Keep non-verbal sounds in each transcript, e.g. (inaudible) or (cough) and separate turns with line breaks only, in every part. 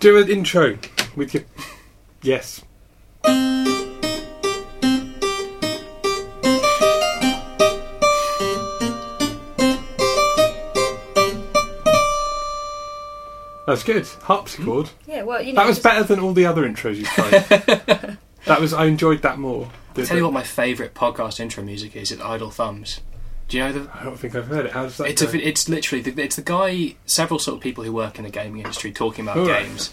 Do an intro with your. Yes. That's good. Harpsichord.
Mm-hmm.
Yeah, well, you know.
That was
just-
better than all the other intros you played.
(laughs)
that was. I enjoyed that more.
I'll tell you what my favourite podcast intro music is. It's Idle Thumbs. Do you know the?
I don't think I've heard it. How's that?
It's
go?
a, it's literally the, it's the guy. Several sort of people who work in the gaming industry talking about
All right.
games,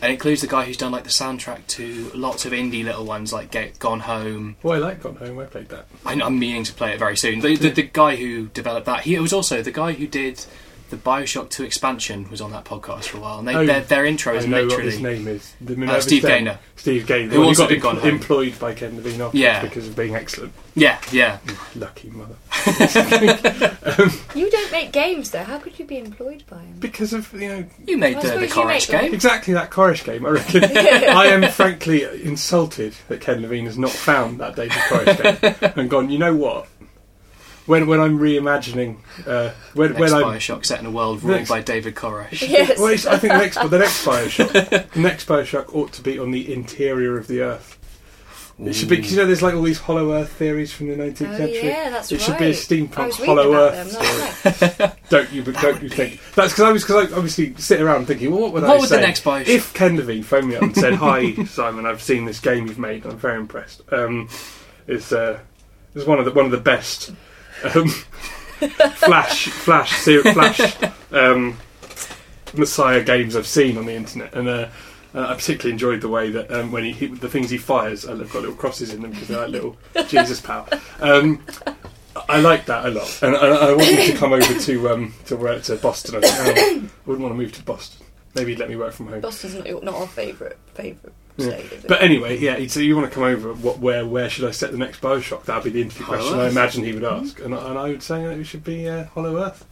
and it includes the guy who's done like the soundtrack to lots of indie little ones like Get Gone Home.
Well, I like Gone Home. I played that.
I, I'm meaning to play it very soon. The, the, the guy who developed that, he was also the guy who did the Bioshock Two expansion was on that podcast for a while, and they,
Oh,
their their intro is
I know what his
literally Uh,
name is. The Minerva
Steve
Stem.
Gaynor.
Steve Gaynor.
Who
Well,
also
he
did
got
Gone
em-
Home.
employed by Ken Levine afterwards
Yeah.
because of being excellent.
yeah yeah.
Lucky mother.
You don't make games, though. How could you be employed by him?
Because of you know
You made
I
the, the
suppose you
Courage
make
game.
exactly that Corish game. I
(laughs)
reckon. I am frankly insulted that Ken Levine has not found that David Corish
(laughs)
game and gone. You know what? When when I'm reimagining uh, when
Next
when I'm
Bioshock set in a world ruled
Next-
by David Koresh.
Yes.
Well, it's, I think the next, the next
(laughs)
Bioshock, the next Bioshock ought to be on the interior of the Earth. It should be because you know there's like all these Hollow Earth theories from the 19th
Oh,
century.
yeah, that's
it
right.
should be a
I
steampunk
was reading
Hollow
about
Earth
them,
story.
that's right. (laughs)
Don't you? But don't you think that's because I was because I obviously sit around thinking, well, what would
What
I
would
say
the next Bioshock-
If Ken Levine phoned me up and
(laughs)
said, "Hi, Simon, I've seen this game you've made. I'm very impressed. Um, it's uh, it's one of the one of the best
(laughs)
um, flash flash ser- flash um, messiah games I've seen on the internet, and uh, uh, I particularly enjoyed the way that um, when he, he the things he fires, uh, they've got little crosses in them because they're like little Jesus power. Um, I like that a lot, and I, I wanted to come over to um, to work to Boston. I, think, oh, I wouldn't want to move to Boston. Maybe he'd let me work from home.
Boston's not, your- not our favourite favourite
Yeah.
state. Is it?
But anyway, yeah. So you want to come over? What, where, where should I set the next Bioshock? That'd be the interview
Hollow
question I
Earth.
imagine he would ask, and, I- and I would say that it should be uh, Hollow Earth.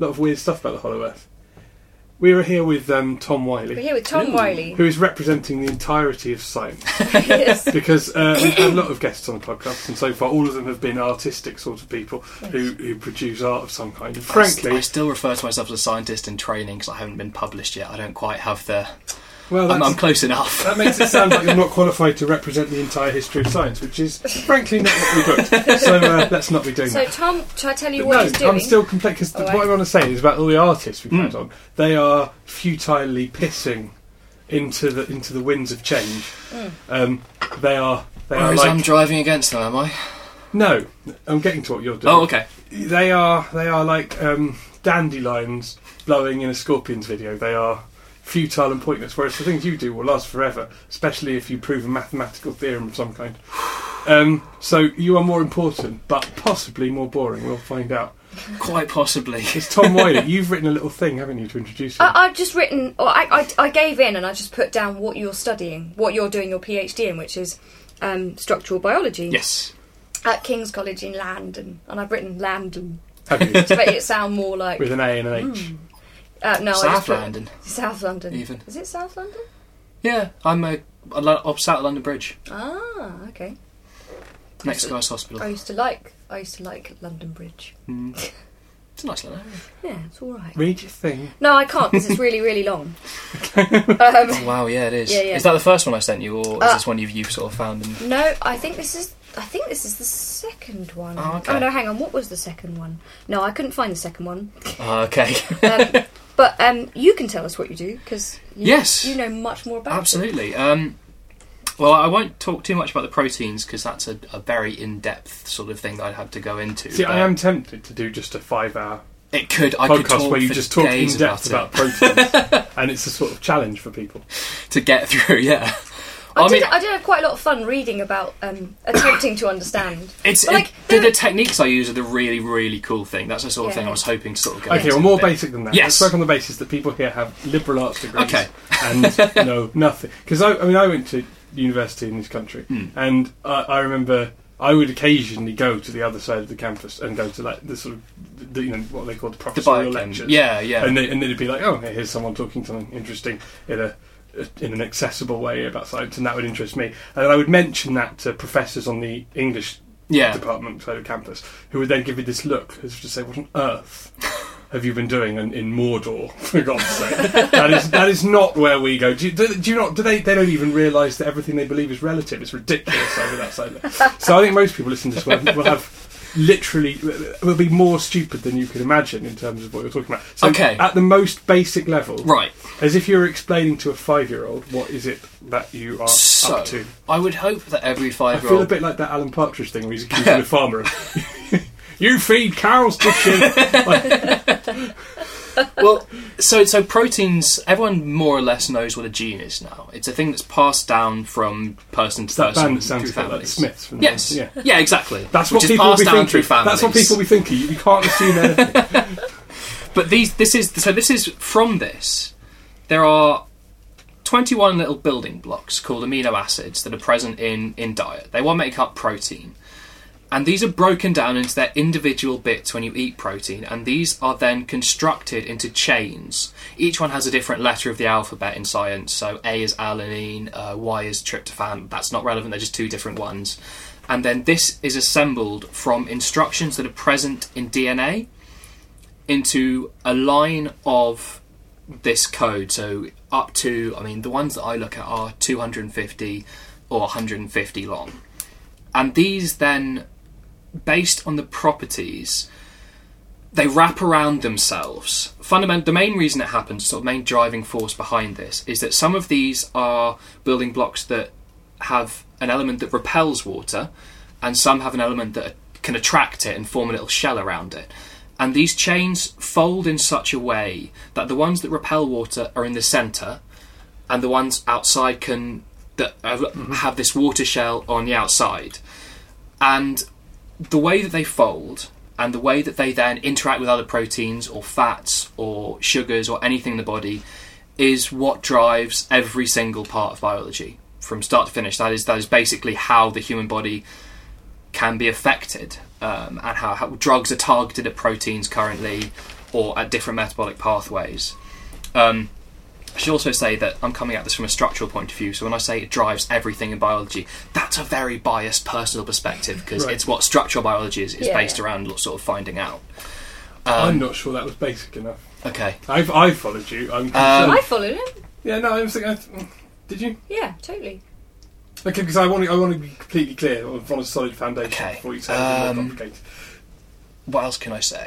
A lot of weird stuff about the Hollow Earth. We were here with um, Tom
We're
Wiley,
here with Tom
Ooh.
Wiley.
who is representing the entirety of science
(laughs) yes.
because uh, we've had a lot of guests on the podcast, and so far all of them have been artistic sort of people who, who produce art of some kind. And
I s- I
frankly,
still refer to myself as a scientist in training because I haven't been published yet. I don't quite have the.
well,
I'm,
Oh, that's,
I'm close enough.
that makes it sound like you're not qualified to represent the entire history of science, which is frankly not what we booked. So
(laughs)
uh, let's not be doing
So
that.
Tom, shall I tell you
But
what
no,
he's doing?
I'm still complaining because
Oh,
what
I-
I want to say is about all the artists we've
Mm.
had on. They are futilely pissing into the into the winds of change.
Mm.
Um, they are they are
Whereas I'm
like
driving against them, am I?
no. I'm getting to what you're doing.
Oh, okay.
they are they are like um, dandelions blowing in a scorpion's video. They are futile and pointless. Whereas the things you do will last forever, especially if you prove a mathematical theorem of some kind. Um, so you are more important, but possibly more boring. We'll find out.
(laughs)
Quite possibly.
It's
(laughs)
Tom Wiley. You've written a little thing, haven't you, to introduce him?
I, I've just written, or I, I, I gave in and I just put down what you're studying, what you're doing your PhD in, which is um, structural biology
Yes.
at King's College in London. And I've
(laughs)
written London
Have you?
to make it sound more like.
With an A and an H.
Hmm.
Uh, no, I just
South
put-
London.
South London.
Even.
Is it South London?
Yeah, I'm a, a lo- opposite London Bridge,
Ah, okay.
next
Opposite-
to Guy's
I
Hospital.
used to like. I used to like London Bridge.
Mm. It's a nice little area.
(laughs) Yeah, it's all right.
Read your thing.
No, I can't because it's really, really
(laughs)
long. um,
Oh, wow, yeah, it is.
Yeah, yeah.
Is that the first one I sent you, or is
Uh,
this one you've, you've sort of found?
(laughs)
And...
No, I think this is. I think this is the second one.
Oh, okay.
no, hang on. What was the second one? No, I couldn't find the second
(laughs)
one.
Oh, okay.
Um, but um, you can tell us what you do because you,
Yes.
you know much more about it.
Absolutely. Um, well, I won't talk too much about the proteins because that's a, a very in-depth sort of thing that I'd have to go into.
See, I
but
am tempted to do just a five-hour
It could. I could
podcast
talk
where you
for
just talk in
days
depth
about,
about,
(laughs)
proteins, and it's a sort of challenge for people.
it to get through. Yeah.
I,
I
did,
mean,
I did have quite a lot of fun reading about
(coughs)
um, attempting to understand.
it's
But, like,
it- the,
there-
the techniques I use are the really, really cool thing. That's the sort of
Yeah.
thing I was hoping to sort of go.
Okay,
into
well, more
a bit.
basic than that.
Yes.
Let's work on the basis that people here have liberal arts degrees
Okay. (laughs)
and know nothing. Because I, I mean, I went to university in this country,
Hmm.
and I, I remember I would occasionally go to the other side of the campus and go to like the sort of the, you know what they call the
The
professorial
biochem.
lectures.
Yeah, yeah.
and, they, and it'd be like, oh, here's someone talking something interesting in a in an accessible way about science, and that would interest me. And I would mention that to professors on the English
Yeah.
department side of campus, who would then give me this look as if to say, "What on earth have you been doing in, in Mordor? (laughs) For God's sake, that is that is not where we go. Do you, do, do you not? Do they? They don't even realise that everything they believe is relative. It's ridiculous over that side. So I think most people listening to this will have, will have literally will be more stupid than you could imagine in terms of what you're talking about. So
Okay.
at the most basic level,
Right.
as if you were explaining to a five-year-old what is it that you are
So,
up to.
I would hope that every
I feel a
five-year-old
bit like that Alan Partridge thing where he's accusing the farmer of. (laughs) You feed cows to
(laughs)
shit. Like,
well, so so proteins. Everyone more or less knows what a gene is now. It's a thing that's passed down from person to
that
person
band that sounds
through
a bit like the
families.
Smiths. From the-
yes.
yeah.
Yeah. Exactly.
That's
Which
what
is
people will
passed
be
down
thinking.
through families.
That's what people will be thinking. You can't
(laughs)
assume anything.
But these. This is so. This is from this. There are. 21 little building blocks called amino acids that are present in, in diet. They will make up protein. And these are broken down into their individual bits when you eat protein, and these are then constructed into chains. Each one has a different letter of the alphabet in science. So A is alanine, uh, Y is tryptophan. That's not relevant, they're just two different ones. And then this is assembled from instructions that are present in DNA into a line of this code. So up to, I mean, the ones that I look at are 250 or 150 long. And these then, based on the properties, they wrap around themselves. Fundament, the main reason it happens, sort of main driving force behind this, is that some of these are building blocks that have an element that repels water, and some have an element that can attract it and form a little shell around it. And these chains fold in such a way that the ones that repel water are in the centre, and the ones outside can that have, have this water shell on the outside. And the way that they fold and the way that they then interact with other proteins or fats or sugars or anything in the body is what drives every single part of biology from start to finish. That is that is basically how the human body can be affected um, and how, how drugs are targeted at proteins currently or at different metabolic pathways. Um, I should also say that I'm coming at this from a structural point of view, so when I say it drives everything in biology, that's a very biased personal perspective because
Right.
it's what structural biology is, is
Yeah,
based
yeah.
around lo- sort of finding out. Um,
I'm not sure that was basic enough.
Okay.
I've, I followed you. I'm
Um,
concerned.
I followed him.
yeah, no, I was thinking. I th- did you?
Yeah, totally.
Okay, because I want to. I want to be completely clear on on a solid foundation
Okay,
before you say anything more
um,
complicated.
What else can I say?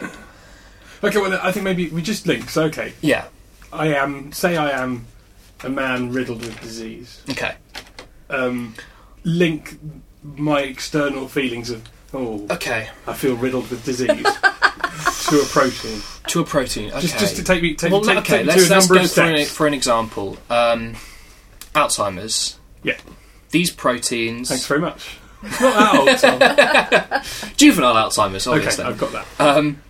Okay, well, I think maybe we just link. So, okay,
Yeah.
I am. Say, I am a man riddled with disease.
Okay.
Um, link my external feelings of oh,
Okay.
I feel riddled with
(laughs)
disease to a protein.
To a protein. Okay.
Just, just to take me, take,
well,
take,
okay.
take me
let's
to a
let's
number
go
of
for an,
steps.
for an example. Um, Alzheimer's.
Yeah.
These proteins.
Thanks very much. It's not that
(laughs)
old. Tom.
Juvenile Alzheimer's, obviously.
okay, I've got that.
Um,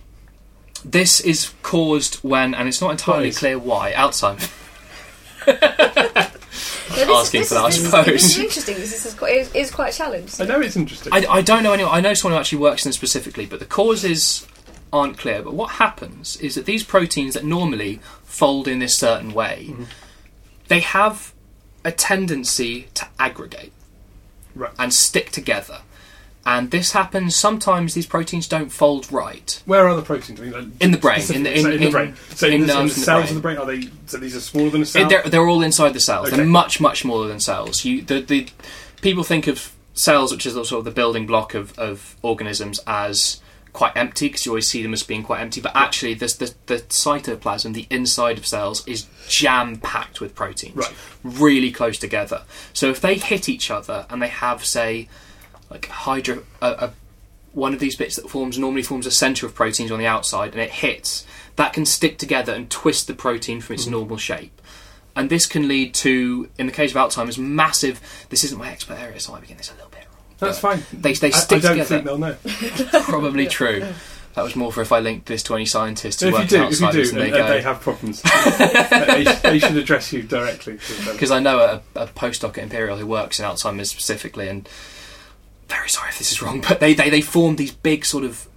this is caused when, and it's not entirely
is?
clear why, Alzheimer's.
Yeah, this
Asking
is,
for that, I
this is-
suppose.
This is interesting. This is, is quite, is, is quite a challenge.
I know it's interesting.
I, I don't know anyone, I know someone who actually works in this specifically, but the causes aren't clear. But what happens is that these proteins that normally fold in this certain way, they have a tendency to aggregate.
Right.
and stick together. And this happens sometimes these proteins don't fold right.
Where are the proteins? I mean, like,
In the brain,
specifically-
in the-
so
in-
in the
in-
brain. So
in
in, the, in the
nerves in the
cells
brain.
of the brain, are they? So these are smaller than a cell.
It- They're, they're all inside the cells. They're
Okay.
much much smaller than cells. You the, the people think of cells, which is sort of the building block of, of organisms, as quite empty because you always see them as being quite empty. But actually, this the, the cytoplasm, the inside of cells, is jam packed with proteins,
Right.
really close together. So if they hit each other and they have say like hydro a, a one of these bits that forms normally forms a center of proteins on the outside and it hits that can stick together and twist the protein from its
Mm-hmm.
normal shape and this can lead to in the case of alzheimer's massive this isn't my expert area so i'm getting this a little bit wrong
That's fine.
they, they
I, I
stick
don't think
together
they'll know.
(laughs) probably true that was more for if i linked this to any scientists who
if you
work
do, if you do,
alzheimer's and they
and, and they
go
have
(laughs)
problems, they, sh- they should address you directly.
because i know a, a postdoc at imperial who works in alzheimer's specifically and very sorry if this is wrong but they they, they form these big sort of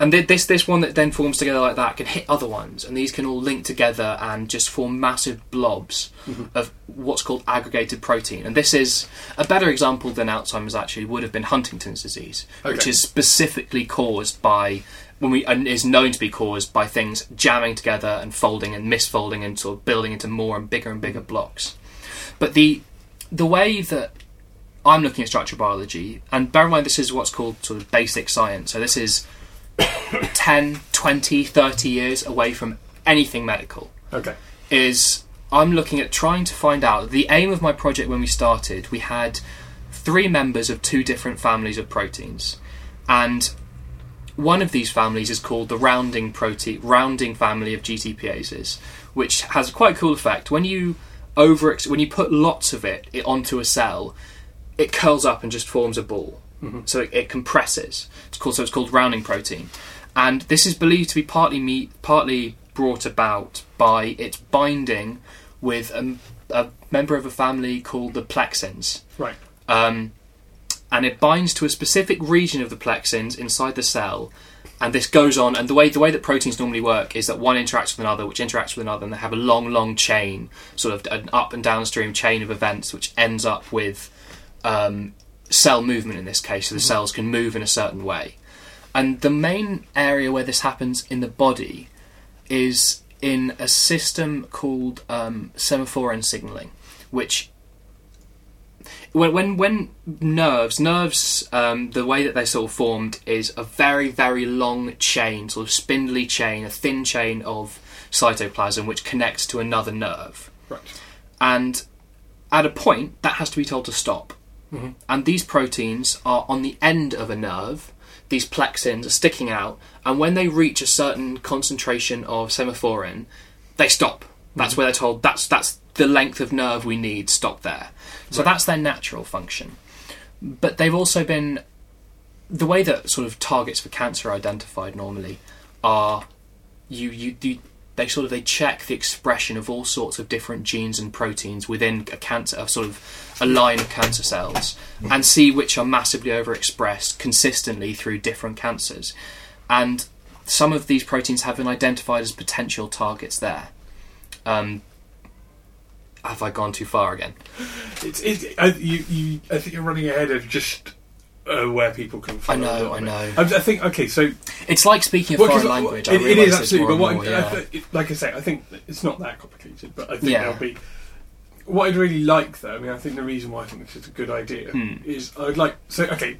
and thi- this this one that then forms together like that can hit other ones, and these can all link together and just form massive blobs of what's called aggregated protein. And this is a better example than Alzheimer's actually would have been Huntington's disease, which
Okay.
is specifically caused by when we and is known to be caused by things jamming together and folding and misfolding and sort of building into more and bigger and bigger blocks. But the the way that I'm looking at structural biology, and bear in mind this is what's called sort of basic science. So this is 10, 20, 30 years away from anything medical
Okay.
is I'm looking at trying to find out the aim of my project when we started. We had three members of two different families of proteins, and one of these families is called the rounding protein rounding family of GTPases, which has a quite cool effect. When you over when you put lots of it, it onto a cell, it curls up and just forms a ball. So it, it compresses. It's called so it's called rounding protein, and this is believed to be partly me, partly brought about by its binding with a, a member of a family called the plexins
Right.
um, and it binds to a specific region of the plexins inside the cell. And this goes on, and the way the way that proteins normally work is that one interacts with another, which interacts with another, and they have a long, long chain, sort of an up and downstream chain of events, which ends up with um, cell movement in this case. So the cells can move in a certain way, and the main area where this happens in the body is in a system called um, semaphorin signaling, which when when, when nerves nerves um, the way that they're sort of formed is a very very long chain sort of spindly chain a thin chain of cytoplasm which connects to another nerve
Right.
and at a point that has to be told to stop and these proteins are on the end of a nerve these plexins are sticking out and when they reach a certain concentration of semaphorin they stop that's where they're told that's that's the length of nerve we need stop there so that's their natural function but they've also been the way that sort of targets for cancer are identified normally are you you, you they sort of they check the expression of all sorts of different genes and proteins within a cancer a sort of a line of cancer cells and see which are massively overexpressed consistently through different cancers and some of these proteins have been identified as potential targets there um, have I gone too far again?
It's, it's I, you, you, I think you're running ahead of just uh, where people can. follow
I know,
a little
I
bit.
know.
I, I think okay. So
It's like speaking a
Well, 'cause
foreign
it-
language. I
It, it
realise
is
there's
absolutely. But
more
what, uh,
and more,
I,
yeah.
I, it, like I say, I think that it's not that complicated. But I think
Yeah.
there'll be. What I'd really like, though, I mean, I think the reason why I think this is a good idea
Hmm.
is I'd like. So okay,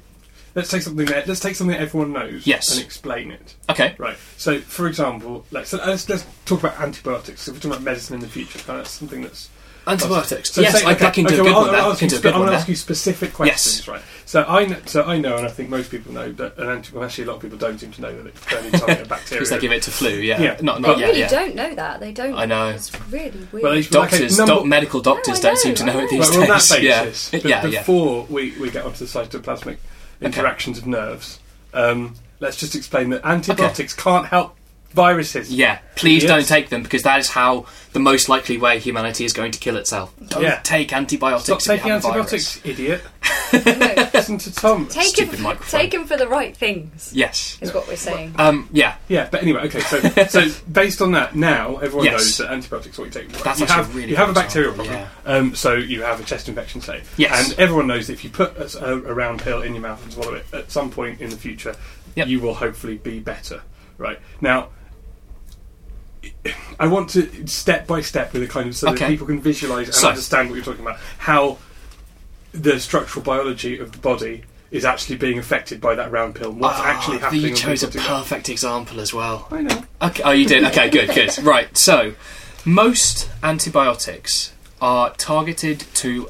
let's take something that let's take something that everyone knows.
Yes.
And explain it.
Okay.
Right. So, for example, like, so let's let's talk about antibiotics. If we're talking about medicine in the future, kind of something that's
Antibiotics.
so
yes,
say-
I,
okay,
I can do
okay,
a good
well,
one
I'll-
there.
I'll
I
ask
can
you
do a
spe-
good
I'm
one
going to
there.
ask you specific questions, right? So I know, so I know, and I think most people know that an anti- well, actually a lot of people don't seem to know that it's fairly
(laughs)
target bacteria.
Because they give it to flu, yeah.
Yeah.
Not,
But-
not yet,
really
yeah.
don't know that. They don't.
I know.
It's really weird.
Well, it's-
Doctors,
Okay, number-
doc- medical doctors
No, I
don't seem to
know,
know it
I
these
Well, on that
days.
basis,
yeah,
but
yeah, yeah.
before we we get onto the cytoplasmic interactions of nerves, um, let's just explain that antibiotics can't help viruses.
Yeah, please
Yes.
don't take them because that is how the most likely way humanity is going to kill itself. Don't
Yeah.
take antibiotics.
Stop
if you
taking
have a virus.
antibiotics, idiot.
No.
(laughs) Listen to Tom.
(laughs)
Take
Stupid
him,
microphone.
take him for the right things.
Yes.
Is what we're saying.
Um, yeah,
Yeah, but anyway, okay.
(laughs)
So, so based on that, now everyone
Yes.
knows that antibiotics are what you take.
That's
you
actually
have
a really
you have a
good
bacterial
example,
problem, um, so you have a chest infection, say.
Yes.
And everyone knows that if you put a, s- a- a round pill in your mouth and swallow it, at some point in the future,
Yep.
you will hopefully be better. Right now. I want to step by step with a kind of so
Okay.
that people can visualise and
So-
understand what you're talking about. How the structural biology of the body is actually being affected by that round pill. and What's
Ah,
actually happening?
You
when
chose a
people do that.
perfect example as well.
I know.
Okay. Oh, you did.
(laughs)
Okay, good, good. Right. So, most antibiotics are targeted to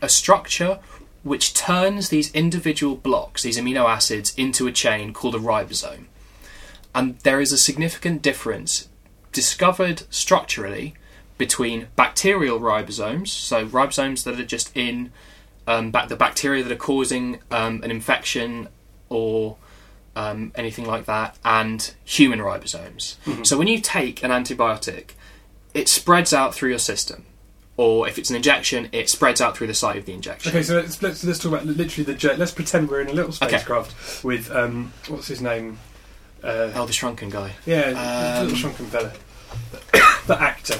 a structure which turns these individual blocks, these amino acids, into a chain called a ribosome. And there is a significant difference discovered structurally between bacterial ribosomes, so ribosomes that are just in um, bac- the bacteria that are causing um, an infection or um, anything like that, and human ribosomes.
Mm-hmm.
So when you take an antibiotic, it spreads out through your system, or if it's an injection, it spreads out through the site of the injection.
Okay, so let's, let's let's talk about literally the jet. Let's pretend we're in a little
Okay.
spacecraft with um, what's his name? Uh,
Oh, the shrunken guy.
yeah,
Um,
little shrunken fella, the actor.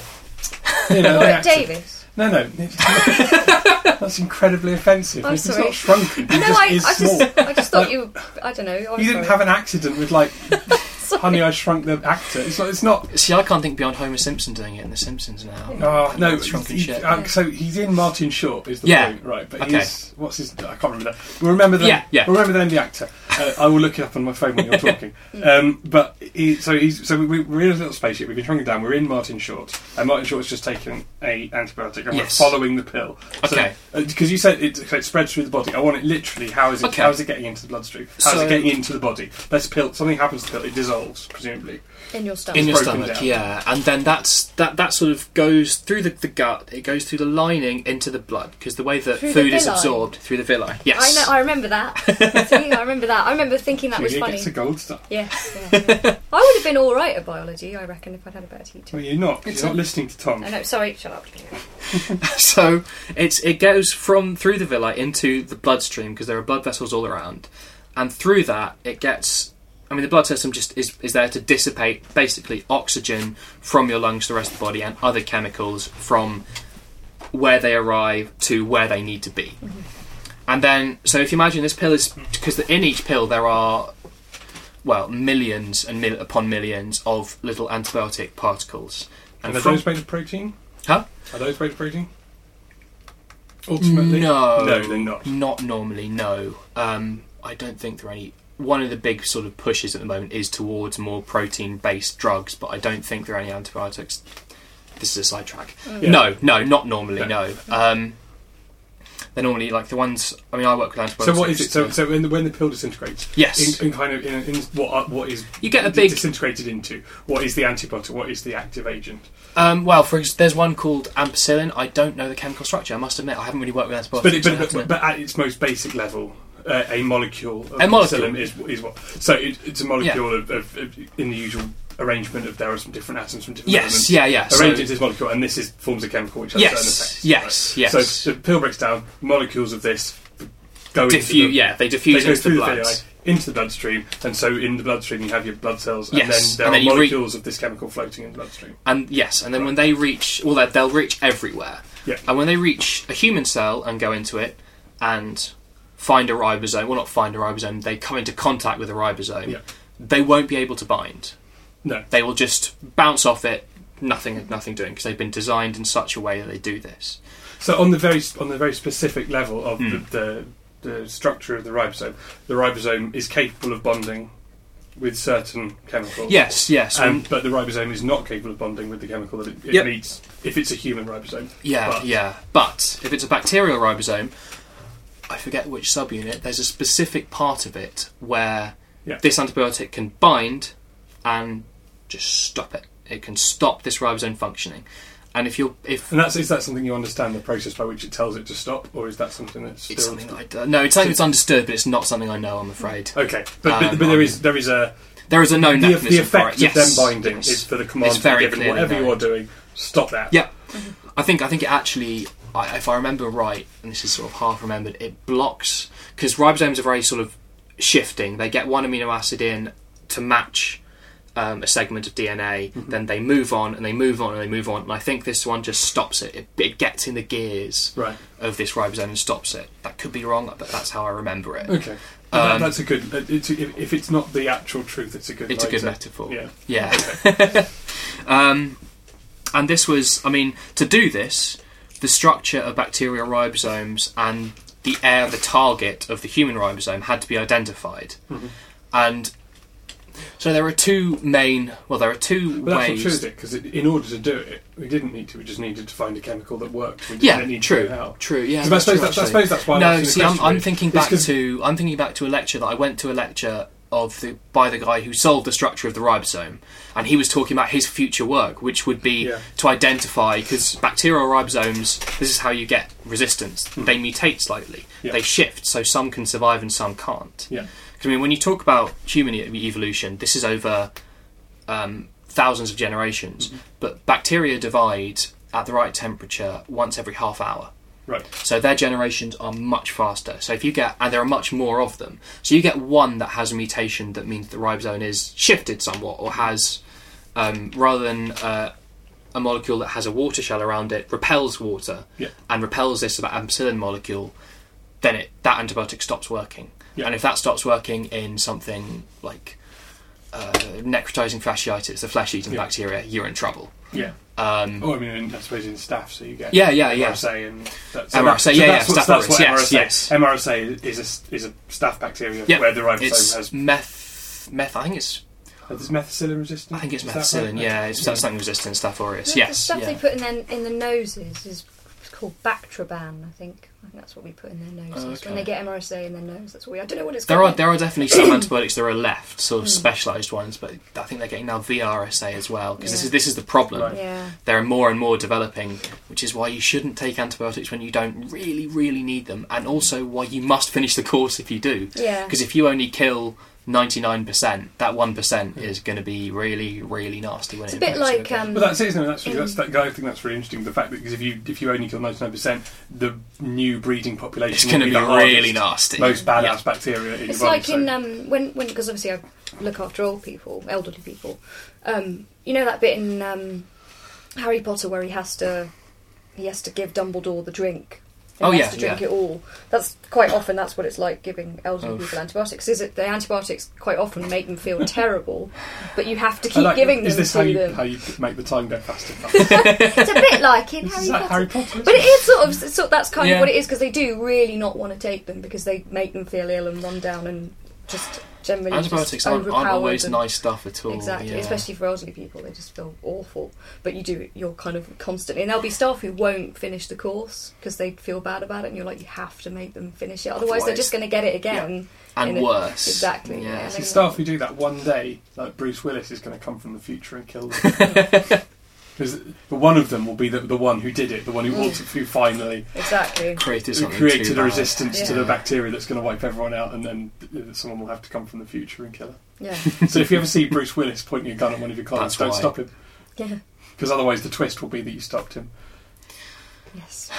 You
(laughs)
know, the
Robert
actor. (laughs)
Davis.
No, no, (laughs) that's incredibly offensive.
I'm
He's
sorry.
not shrunken. He
no,
just
I, I
is small.
just, I just thought you. I don't know. I'm
you didn't
sorry. (laughs)
have an accident with like Honey, I Shrunk the Actor. It's not. It's not
See, I can't think beyond Homer Simpson doing it in The Simpsons now.
oh, no,
It's shrunken
he-
shit.
uh, so he's in Martin Short, is the
Yeah.
point, right? But
Okay.
he's what's his? I can't remember. That. We'll remember the
Yeah, yeah.
We'll remember the name of the actor. Uh, I will look it up on my phone
(laughs)
when you're talking. um, but he, so he's so we, we're in a little spaceship. We've been shrunken down. We're in Martin Short, and Martin Short's just taken a antibiotic, and
Yes.
we're following the pill.
Okay.
because you said it, so it spreads through the body. I want it literally. How is it?
Okay.
How is it getting into the bloodstream? How is
So-
it getting into the body? This pill. Something happens to the pill. It dissolves, presumably.
in your stomach.
in your
broken
stomach,
down.
yeah, and then that's that. That sort of goes through the, the gut. It goes through the lining into the blood because the way that
Through the
food is
villi.
absorbed through the villi.
I
Yes,
know. I remember that.
(laughs)
See, I remember that. I remember thinking that was
Julia
funny.
gets a gold star.
(laughs)
Yes. yeah, yeah. I would have been all right at biology, I reckon, if I'd had a better teacher.
Well, you're not.
It's
you're
a-
not listening to Tom.
I know. Sorry. Shut up.
(laughs) so it's it goes from through the villi into the bloodstream because there are blood vessels all around, and through that it gets. I mean, the blood system just is, is there to dissipate basically oxygen from your lungs to the rest of the body and other chemicals from where they arrive to where they need to be. And then, so if you imagine this pill is because in each pill there are well millions and mil- upon millions of little antibiotic particles.
And are
from-
those made of protein?
Huh?
Are those made of protein? Ultimately,
No.
no, they're not.
Not normally, no. Um, I don't think there are any. One of the big sort of pushes at the moment is towards more protein based drugs, but I don't think there are any antibiotics. This is a sidetrack.
Mm. Yeah.
No, no, not normally, no.
No.
Um, they're normally like the ones. I mean, I work with
So
antibiotics.
what is it? So, so when, the, when the pill disintegrates,
Yes.
in, in kind of in, in what are- what is
You get a
d-
big-
disintegrated into what is the antibiotic? What is the active agent?
um, well, for ex- there's one called ampicillin. I don't know the chemical structure. I must admit, I haven't really worked with
But, it,
antibiotics.
but,
so I have
but,
to-
but at its most basic level, uh, a molecule of
A molecule.
penicillin is, is what. So it, it's a molecule of, of, of in the usual arrangement of there are some different atoms from different
yes,
elements.
yeah, yeah. so-
arranged into this molecule, and this is forms a chemical which has certain
yes,
effects.
yes, yes.
So the pill breaks down. Molecules of this go into
diffuse,
the,
yeah, they
they
diffuse
go
into the
through the
blood.
villi into the bloodstream, and so in the bloodstream you have your blood cells, and
Yes,
then there
and then
are
you re-
molecules of this chemical floating in the bloodstream.
And yes, and then when they reach, well, they- they'll reach everywhere.
Yeah.
And when they reach a human cell and go into it and find a ribosome, well, not find a ribosome, they come into contact with a ribosome,
Yeah.
they won't be able to bind.
No.
They will just bounce off it, nothing, nothing doing, because they've been designed in such a way that they do this.
So on the very on the very specific level of
Hmm.
the, the the structure of the ribosome, the ribosome is capable of bonding with certain chemicals.
Yes, yes.
Um,
and-
but the ribosome is not capable of bonding with the chemical that it, it
Yep.
needs if it's a human ribosome.
yeah,
but-
yeah. But if it's a bacterial ribosome, I forget which subunit, there's a specific part of it where
Yeah.
this antibiotic can bind and just stop it. It can stop this ribosome functioning. And if you're if
And that's is that something you understand the process by which it tells it to stop, or is that something that's still
it's something that I don't, no, it's something that's understood, but it's not something I know. I'm afraid
Okay, but,
Um,
but, but there is there is a
there is a known
Uh, the,
mechanism
the
for
effect
it. Yes,
of them binding
yes.
is for the command
It's
to be
very
given
clearly
whatever
known.
you're doing, stop that.
Yeah, I think I think it actually, I, if I remember right, and this is sort of half remembered, it blocks because ribosomes are very sort of shifting. They get one amino acid in to match um, a segment of DNA,
Mm-hmm.
then they move on and they move on and they move on. And I think this one just stops it. It, it gets in the gears
Right.
of this ribosome and stops it. That could be wrong, but that's how I remember it.
Okay.
Um,
That- that's a good. It's, if, if it's not the actual truth, it's a good.
It's a good
idea.
metaphor.
Yeah.
Yeah.
(laughs)
(laughs) um, and this was, I mean, to do this, the structure of bacterial ribosomes and the air, the target of the human ribosome, had to be identified.
Mm-hmm.
And so there are two main, well, there are two
But that's not
ways.
true, is it? Because in order to do it, we didn't need to. We just needed to find a chemical that worked. We didn't
yeah,
need
true,
To know how.
true. Yeah,
Because I suppose
that's true,
that's, I
actually.
suppose that's why. I'm
no,
asking the
see, I'm,
question,
I'm
really.
thinking
It's
back
'cause-
to I'm thinking back to a lecture that I went to a lecture of the by the guy who solved the structure of the ribosome, and he was talking about his future work, which would be
Yeah.
to identify because bacterial ribosomes. This is how you get resistance. They mutate slightly.
Hmm. Yeah.
They shift, so some can survive and some can't.
Yeah.
'Cause, I mean, when you talk about human e- evolution, this is over um, thousands of generations. But bacteria divide at the right temperature once every half hour.
Right.
So their generations are much faster. So if you get, and there are much more of them. So you get one that has a mutation that means the ribosome is shifted somewhat, or has, um, rather than uh, a molecule that has a water shell around it, repels water
Yeah.
and repels this ampicillin molecule, then it, that antibiotic stops working.
Yeah.
And if that stops working in something like uh, necrotizing fasciitis, the flesh-eating
Yeah.
bacteria, you're in trouble.
Yeah.
Um,
Oh, I mean, in, I suppose in staff, so you get
Yeah, yeah, yeah.
MRSA and that,
MRSA, yeah, yeah,
what-
staph aureus, yes,
MRSA,
yes.
MRSA is a s- is a staff bacteria
Yep.
where the ribosome
it's
has.
meth. Meth. I think it's.
Is methicillin resistant?
I think it's
Is that right?
methicillin. Yeah, it's
Yeah.
something resistant staph aureus.
The
Yes.
stuff they
yeah.
put in their, in the noses is called Bactroban, I think. I think that's what we put in their noses.
Okay.
When they get MRSA in their nose, that's what we. I don't know what it's
There are
called.
there are definitely
(coughs)
some antibiotics that are left, sort
Hmm.
of specialised ones, but I think they're getting now VRSA as well because this
Yeah.
is this is the problem.
Right.
Yeah.
There are more and more developing, which is why you shouldn't take antibiotics when you don't really really need them, and also why you must finish the course if you do.
Yeah.
Because if you only kill ninety nine percent, that one percent
Hmm.
is going to be really really nasty when
It's
it
a bit
infects you
like,
again.
um,
But that's it, isn't it? That's, that's that. I think that's really interesting. The fact that because if you if you only kill ninety nine percent, the new breeding population
it's
will
going to be
the hardest,
really nasty.
most badass
Yeah.
bacteria in
It's
your body.
like
so-
in um, when when because obviously I look after old people, elderly people. Um, you know that bit in um, Harry Potter where he has to he has to give Dumbledore the drink. And
Oh,
he
yeah,
has to drink
yeah.
it all. That's quite often. That's what it's like giving elderly
Oof.
people antibiotics. Is it the antibiotics quite often make
(laughs)
them feel terrible, but you have to
I
keep
like-
giving
Is
them
this how
to
you
them.
how you make the time go
(laughs)
faster?
It's a bit like in
(laughs)
Harry
is that
Potter.
Harry Potter?
But it is sort of sort that's kind
Yeah.
of what it is because they do really not want to take them because they make them feel ill and run down and just generally just
Antibiotics aren't, aren't
overpowered
always
and-
nice stuff at all.
Exactly,
yeah.
especially for elderly people, they just feel awful. But you do, you're kind of constantly, and there'll be staff who won't finish the course because they feel bad about it, and you're like, you have to make them finish it, otherwise, they're
Otherwise-
just going to get it again.
and
in a-
worse.
exactly, yeah.
See, staff who do that one day, like Bruce Willis, is going to come from the future and kill them.
(laughs)
Because one of them will be the, the one who did it, the one who,
Mm.
ulti- who finally
(laughs)
Exactly.
Created
who
something too
created a
bad.
resistance to
Yeah.
the bacteria that's going to wipe everyone out, and then uh, someone will have to come from the future and kill
Yeah.
(laughs)
her. so if you ever see Bruce Willis pointing a gun at one of your clients,
That's
don't
why.
stop him.
yeah.
Because otherwise, the twist will be that you stopped him.
Yes.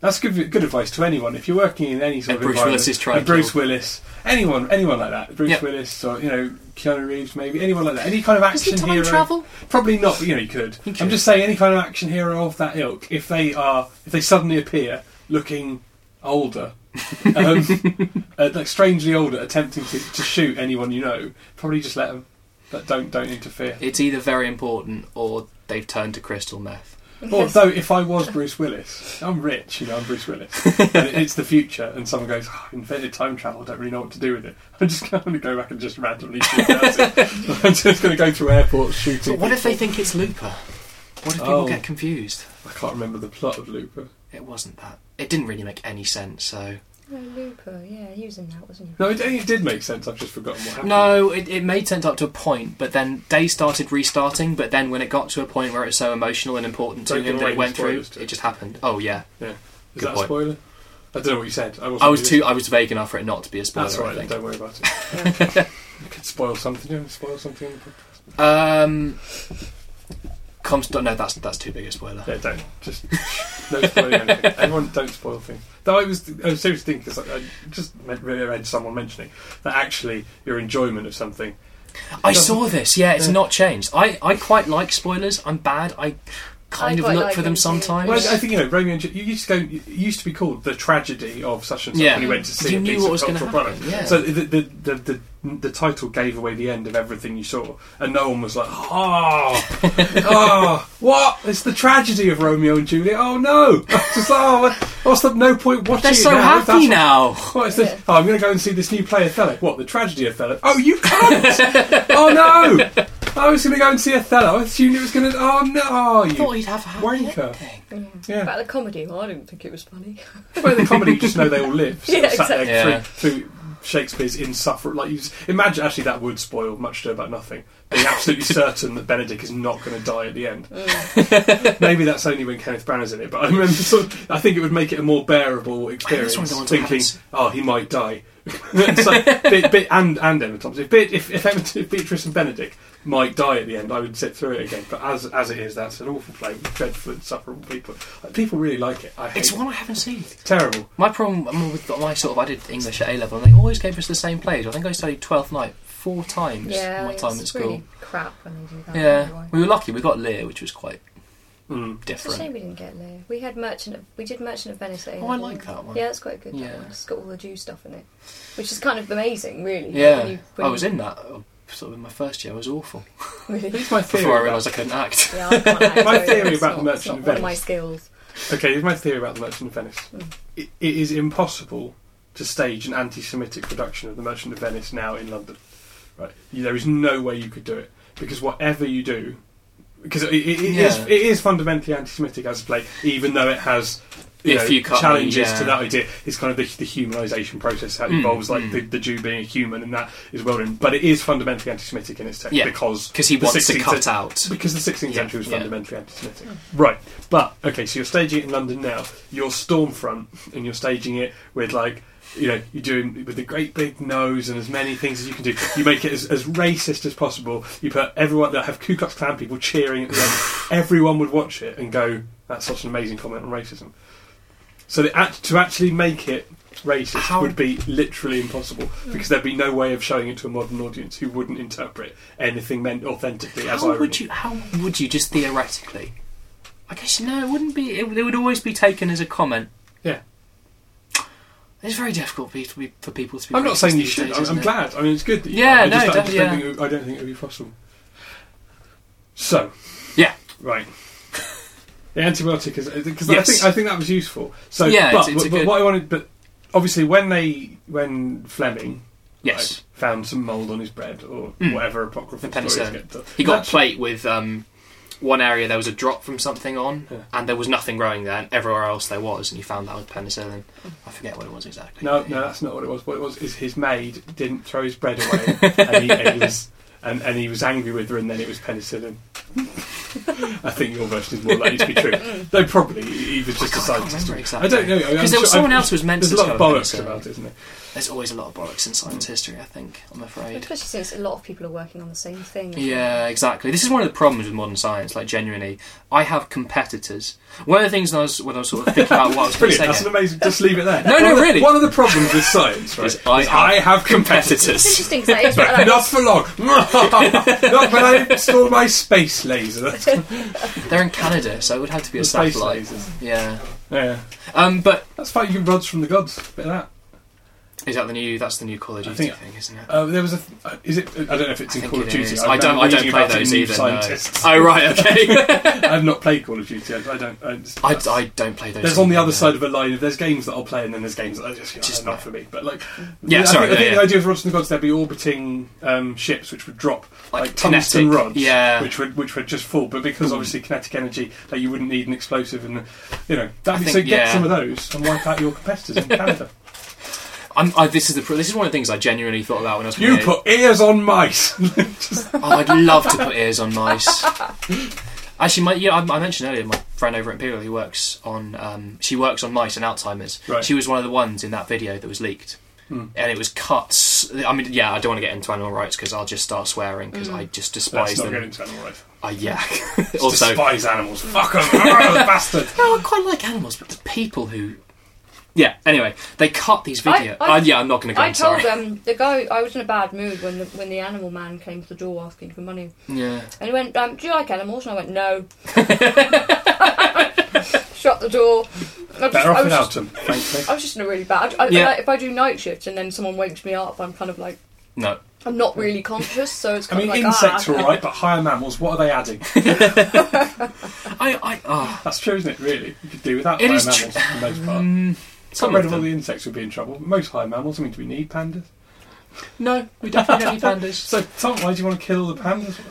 That's good, good advice to anyone. If you're working in any sort
And
of
Bruce
environment,
Willis is trying
and
to
Bruce
kill-
Willis, anyone, anyone like that, Bruce
Yep.
Willis or you know Keanu Reeves, maybe anyone like that, any kind of
Does
action
he time
hero.
travel?
Probably not, but you know you could.
You could.
I'm just saying, any kind of action hero of that ilk, if they are, if they suddenly appear looking
(laughs)
older, um, uh, like strangely older, attempting to, to shoot anyone you know, probably just let them. But don't don't interfere.
It's either very important or they've turned to crystal meth.
Although, if I was Bruce Willis, I'm rich, you know, I'm Bruce Willis. and it- it's the future, and someone goes, oh, I invented time travel, I don't really know what to do with it. (laughs) I'm just going to go back and just randomly shoot
(laughs)
houses. I'm just going to go through airports shooting.
But what if they think it's Looper? What if people
Oh.
get confused?
I can't remember the plot of Looper.
It wasn't that. It didn't really make any sense. So
No, Looper, yeah, using that, wasn't he?
No, it, it did make sense, I've just forgotten what happened.
no, it, it made sense up to a point, but then Day started restarting. But then when it got to a point where it was so emotional and important to
Don't give
him that
away
it
any
went through,
spoilers to
it
it.
just happened. Oh yeah,
Is
good
that a
point.
spoiler? I don't know what you said. I, wasn't
I was
really-
too. I was vague enough for it not to be a spoiler.
That's all right,
I
then,
think.
don't worry about it.
(laughs)
(laughs) I could spoil something, you know, spoil something. on the pod-
Um, Comstock. No, that's that's too big a spoiler.
Yeah, don't. Just no spoiling anything. Everyone, don't spoil things. Though I was, I was seriously thinking because I, I just read, read someone mentioning that actually your enjoyment of something.
I saw this. Yeah, it's
Yeah.
not changed. I, I quite like spoilers. I'm bad. I kind
I
of
quite
look
like
for them
them too.
sometimes.
Well, I, I think you know Romeo and Juliet. You used to go. It used to be called the tragedy of such and such
Yeah.
when you went to see
You
a
knew
piece
what
of
was gonna
cultural
happen,
product.
yeah.
So the the, the the the title gave away the end of everything you saw, and no one was like, oh, oh, what? It's the tragedy of Romeo and Juliet. Oh no! (laughs) Just oh, what- what's the no point watching?
They're
it
so
now? That's
happy
what-
now.
What is this?
Yeah.
Oh, I'm going to go and see this new play, Othello. What, the tragedy of Othello? Oh, you can't! oh, no! I was going to go and see Othello. I assumed it was going to. Oh, no! Oh,
I thought
you.
he'd have a happy
Wanker.
ending.
Yeah.
Yeah.
About the comedy, well, I didn't think it was funny.
Well, the
(laughs)
comedy, you just know they all live. So
Yeah,
sat there
exactly.
through, through Shakespeare's insufferable. Like, you just, imagine, actually, that would spoil much to about nothing. Being absolutely certain that Benedict is not going to die at the end. (laughs)
Mm.
Maybe that's only when Kenneth Branagh is in it, but I remember sort of, I think it would make it a more bearable experience.
one of the ones that
thinking,
happens.
oh, he might die. (laughs) so, bit, bit, and and Emma Thompson. If, Bit- if, if, Emma, if Beatrice and Benedict might die at the end, I would sit through it again. But as as it is, that's an awful play. with Dreadful, insufferable people. Like, People really like it. I hate
It's
it.
one I haven't seen.
Terrible.
My problem um, with my sort of I did English at A level, and they always gave us the same plays. I think I studied Twelfth Night four times
yeah,
in my
it's
time at school.
really crap when they do that.
yeah,
anyway.
we were lucky. We got Lear, which was quite Hmm.
Mm.
It's a shame
different.
we didn't get Lear. We had Merchant. Of, we did Merchant of Venice. At
Oh, I like that one.
Yeah, that's quite good. that
Yeah.
one. It's got all the Jew stuff in it, which is kind of amazing, really.
Yeah,
When you- when
I was
you-
in that. Oh, sort of in my first year, I was awful
(laughs)
(laughs)
Really?
Here's my theory.
before I
about-
realised I
(laughs)
couldn't act.
Yeah, I can't act
My
very
theory
well. It's
about the
not-
Merchant of
it's not one of
Venice.
my skills.
Okay, here's my theory about The Merchant of Venice.
Hmm.
It, it is impossible to stage an anti-Semitic production of The Merchant of Venice now in London. Right, You- there is no way you could do it because whatever you do, because it, it, it is-
Yeah.
it is fundamentally anti-Semitic as a play, even though it has. You
If
know,
you cut me,
challenges to
yeah.
that idea, it's kind of the, the humanisation process that
Mm,
involves like
mm.
the, the Jew being a human, and that is well done. But it is fundamentally anti-Semitic in its text
Yeah,
because
Because he
The
wants to
16th
cut out.
because the 16th
Yeah,
century was
yeah.
fundamentally anti-Semitic. Right, but okay, so you're staging it in London now. You're Stormfront, and you're staging it with like, you know, you're doing with the great big nose and as many things as you can do. You make it as, as racist as possible. You put everyone that have Ku Klux Klan people cheering at the end.
(sighs)
Everyone would watch it and go, "That's such an amazing comment on racism." So the act, to actually make it racist
How-
would be literally impossible because there'd be no way of showing it to a modern audience who wouldn't interpret anything meant authentically as
How
irony.
would you? How would you? Just theoretically, I guess no. It wouldn't be. It, it would always be taken as a comment.
Yeah.
It's very difficult for you to be- for people to be.
I'm not
racist
saying you
these
should.
days,
I'm,
isn't
I'm
it?
glad. I mean, it's good. That you
Yeah,
I just,
no,
I just don't
definitely,
think it, I don't think it would be possible. So,
Yeah. (laughs)
right. The antibiotic is because
Yes.
I think I think that was useful. So,
Yeah,
but,
it's- it's a
but
good-
what I wanted, but obviously when they when Fleming
Yes.
right, found some mold on his bread or
Mm.
whatever apocryphal
The
stories
penicillin.
get to-
He got
That's-
a plate with um, one area there was a drop from something on,
Yeah.
and there was nothing growing there, and everywhere else there was, and he found that was penicillin. I forget what it was exactly.
No,
but
no,
yeah.
that's not what it was. What it was is his maid didn't throw his bread
(laughs)
away, and, he, and, he was, and, and he was angry with her, and then it was penicillin. I think your version is more likely to be
(laughs)
true. Though probably he was just a
God, I can't
scientist.
remember
I
exactly.
don't know. I mean, I'm
Because there was
sure-
someone
I'm-
else who was meant
There's
to
a lot of
discover
bollocks
penicillin.
about it, Mm. isn't there?
There's always a lot of bollocks in science history, I think, I'm afraid.
Especially since a lot of people are working on the same thing.
Yeah, exactly. This is one of the problems with modern science. Like, genuinely, I have competitors. One of the things when I was, when I was sort of thinking about what I was going to
Brilliant.
say,
That's an amazing. Just leave it there.
No,
one
no,
of the-
really.
One of the problems with science, right,
(laughs) Is
is
I
I, have competitors.
competitors.
(laughs)
It's interesting because that
(laughs)
is what
But
that
not for long. not when I install my space laser. That's the
they're in Canada, so it would have to be a
space
satellite.
lasers.
Yeah.
Yeah,
Um, but
that's fine. You can rods from the gods. Bit of that.
is that the new? That's the new Call of
I
Duty
think-
thing, isn't it?
Uh, there was a. uh, is it? I don't know if it's in
think
Call of
it
Duty.
is. I don't.
remember
I don't
reading
play
about it in
those
New
either. no.
Scientists.
Oh right, okay. (laughs)
I've not played Call of Duty. I, I don't. I, just-
I, I don't play those.
there's on the
either,
other
no.
side of a line. There's games that I'll play, and then there's games that I just,
Just
just not
no.
for me. But like,
Yeah,
I Think, I
sorry, yeah,
think
yeah.
the idea of Rods and the Gods, there'd be orbiting um, ships which would drop
Like
like, tungsten
kinetic,
rods,
yeah.
which would which would just fall. But because obviously kinetic energy, like you wouldn't need an explosive, and you know,
I
that,
think-
so get
yeah.
some of those and wipe out your competitors
(laughs)
in Canada.
I'm, I, this is the. pro- This is one of the things I genuinely thought about when I was.
You
playing.
put ears on mice. (laughs)
Oh, I'd love to put ears on mice. Actually, my, yeah, I, I mentioned earlier my friend over at Imperial who works on um, she works on mice and Alzheimer's.
Right.
She was one of the ones in that video that was leaked,
Hmm.
and it was cuts. I mean, yeah, I don't want to get into animal rights because I'll just start swearing because I just despise
Let's Hmm. not get
them.
into animal rights. (laughs)
I yeah. (laughs) also,
despise animals. Fuck them,
(laughs)
bastard.
No, I quite like animals, but the people who. Yeah. Anyway, they cut these video.
I- I-
uh, yeah, I'm not going to go.
I
I'm
told
sorry.
them the guy. I was in a bad mood when the when the animal man came to the door asking for money,
Yeah.
and he went, um, "Do you like animals?" And I
(laughs)
went, "No." Shut the door. I, just,
Better
I,
off
was
without
just,
them, frankly.
Oh
I was just in a really bad. I,
Yeah.
I, if I do night shifts and then someone wakes me up, I'm kind of like
No.
I'm not really conscious, so it's
I
kind
mean,
of like
insects
ah,
are alright, but higher mammals, what are they adding?
I. I. Oh.
That's true, isn't it, really? You could do without
It
higher
is
mammals
tr-
for the most part.
Mm,
Got
some
rid
of
of all
them.
the insects would be in trouble. Most higher mammals, I mean, do we need pandas?
No, we definitely don't need
(laughs)
pandas.
So, Tom, why do you want to kill all the pandas? What the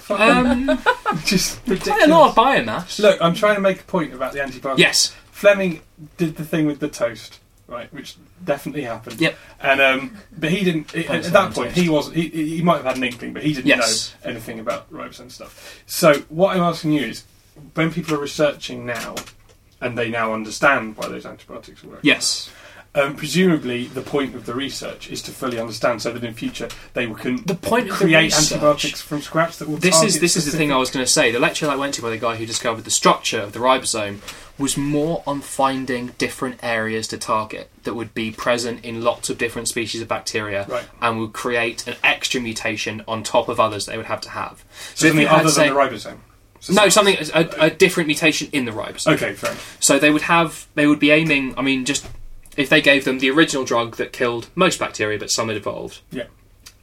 fuck?
Um,
(laughs) Just
quite a
ridiculous.
lot of biomass.
Look, I'm trying to make a point about the antibiotics.
Yes.
Fleming did the thing with the toast, right, which definitely happened.
Yep.
And um, but he didn't. At, at that point, he was. He, he might have had an inkling, but he didn't
Yes.
know anything about ropes and stuff. So what I'm asking you is, when people are researching now, and they now understand why those antibiotics work.
Yes.
Um, presumably, the point of the research is to fully understand, so that in future they can
The point of the
create
research-
antibiotics from scratch that will.
This is
target
this is the thing
specific-
I was going to say. The lecture that I went to by the guy who discovered the structure of the ribosome was more on finding different areas to target that would be present in lots of different species of bacteria
Right.
and would create an extra mutation on top of others they would have to have.
So,
if
something
you had,
other than
say-
the ribosome. So
No, something a, a different mutation in the ribosome.
Okay, fair enough.
So they would have they would be aiming. I mean, just if they gave them the original drug that killed most bacteria, but some had evolved.
Yeah.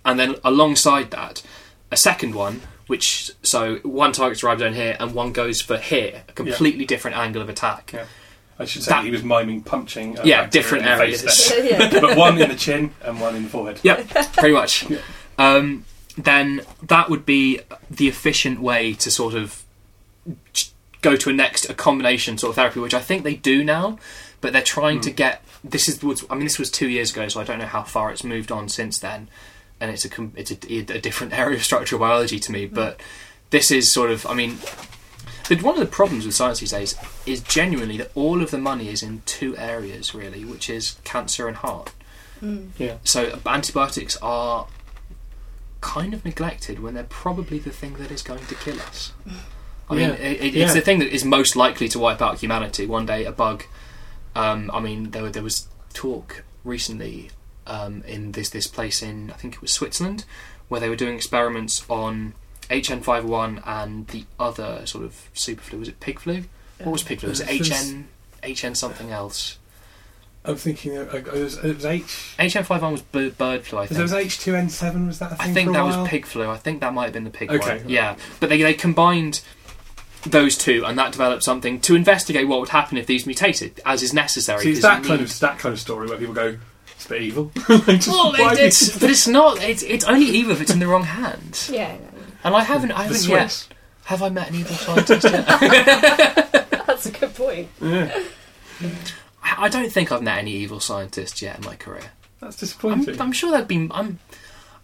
And then alongside that, a second one, which so one targets arrived down here and one goes for here, a completely different angle of attack.
Yeah. I should say
That-
he was miming punching. uh,
Yeah,
Bacteria
different
in the
areas.
face
Yeah, ah. (laughs) yeah.
there. but one in the chin and one in the forehead.
Yep, pretty much.
Yeah.
Um, then that would be the efficient way to sort of ch- go to a next a combination sort of therapy, which I think they do now, but they're trying to get this is what's- I mean this was two years ago, so I don't know how far it's moved on since then, and it's a com- it's a, e, a different (laughs) area of structural biology to me, but this is sort of I mean. But one of the problems with science these days is genuinely that all of the money is in two areas, really, which is cancer and heart
Yeah.
so antibiotics are kind of neglected when they're probably the thing that is going to kill us. I mean,
Yeah.
it, it,
Yeah.
it's the thing that is most likely to wipe out humanity. One day, a bug. Um, I mean, there, were- there was talk recently um, in this this place in I think it was Switzerland where they were doing experiments on HN51 oh and the other sort of super flu. Was it pig flu?
(laughs)
What was pig flu? Was it
It was-
HN HN something else?
I'm thinking uh, it was, it was H.
HN51 oh was bir- bird flu. I think
There was H2N7. Was that a thing?
I think
for a
that
while?
was pig flu. I think that might have been the pig
Okay.
one. Yeah, but they they combined those two, and that developed something to investigate what would happen if these mutated, as E is necessary.
See, it's
'cause
that
you
kind
need-
of that kind of story where people go, "It's a bit evil." (laughs) Like, just,
Well,
why
it,
did-
it's, but it's not. It's, it's only evil if it's in the wrong hands.
Yeah,
And I haven't. I
the
haven't yet.
Swiss.
Have I met an evil scientist? yet?
no, that's a good point.
Yeah,
I I don't think I've met any evil scientist yet in my career.
that's
I'm,
disappointing.
I'm sure there'd be. I'm.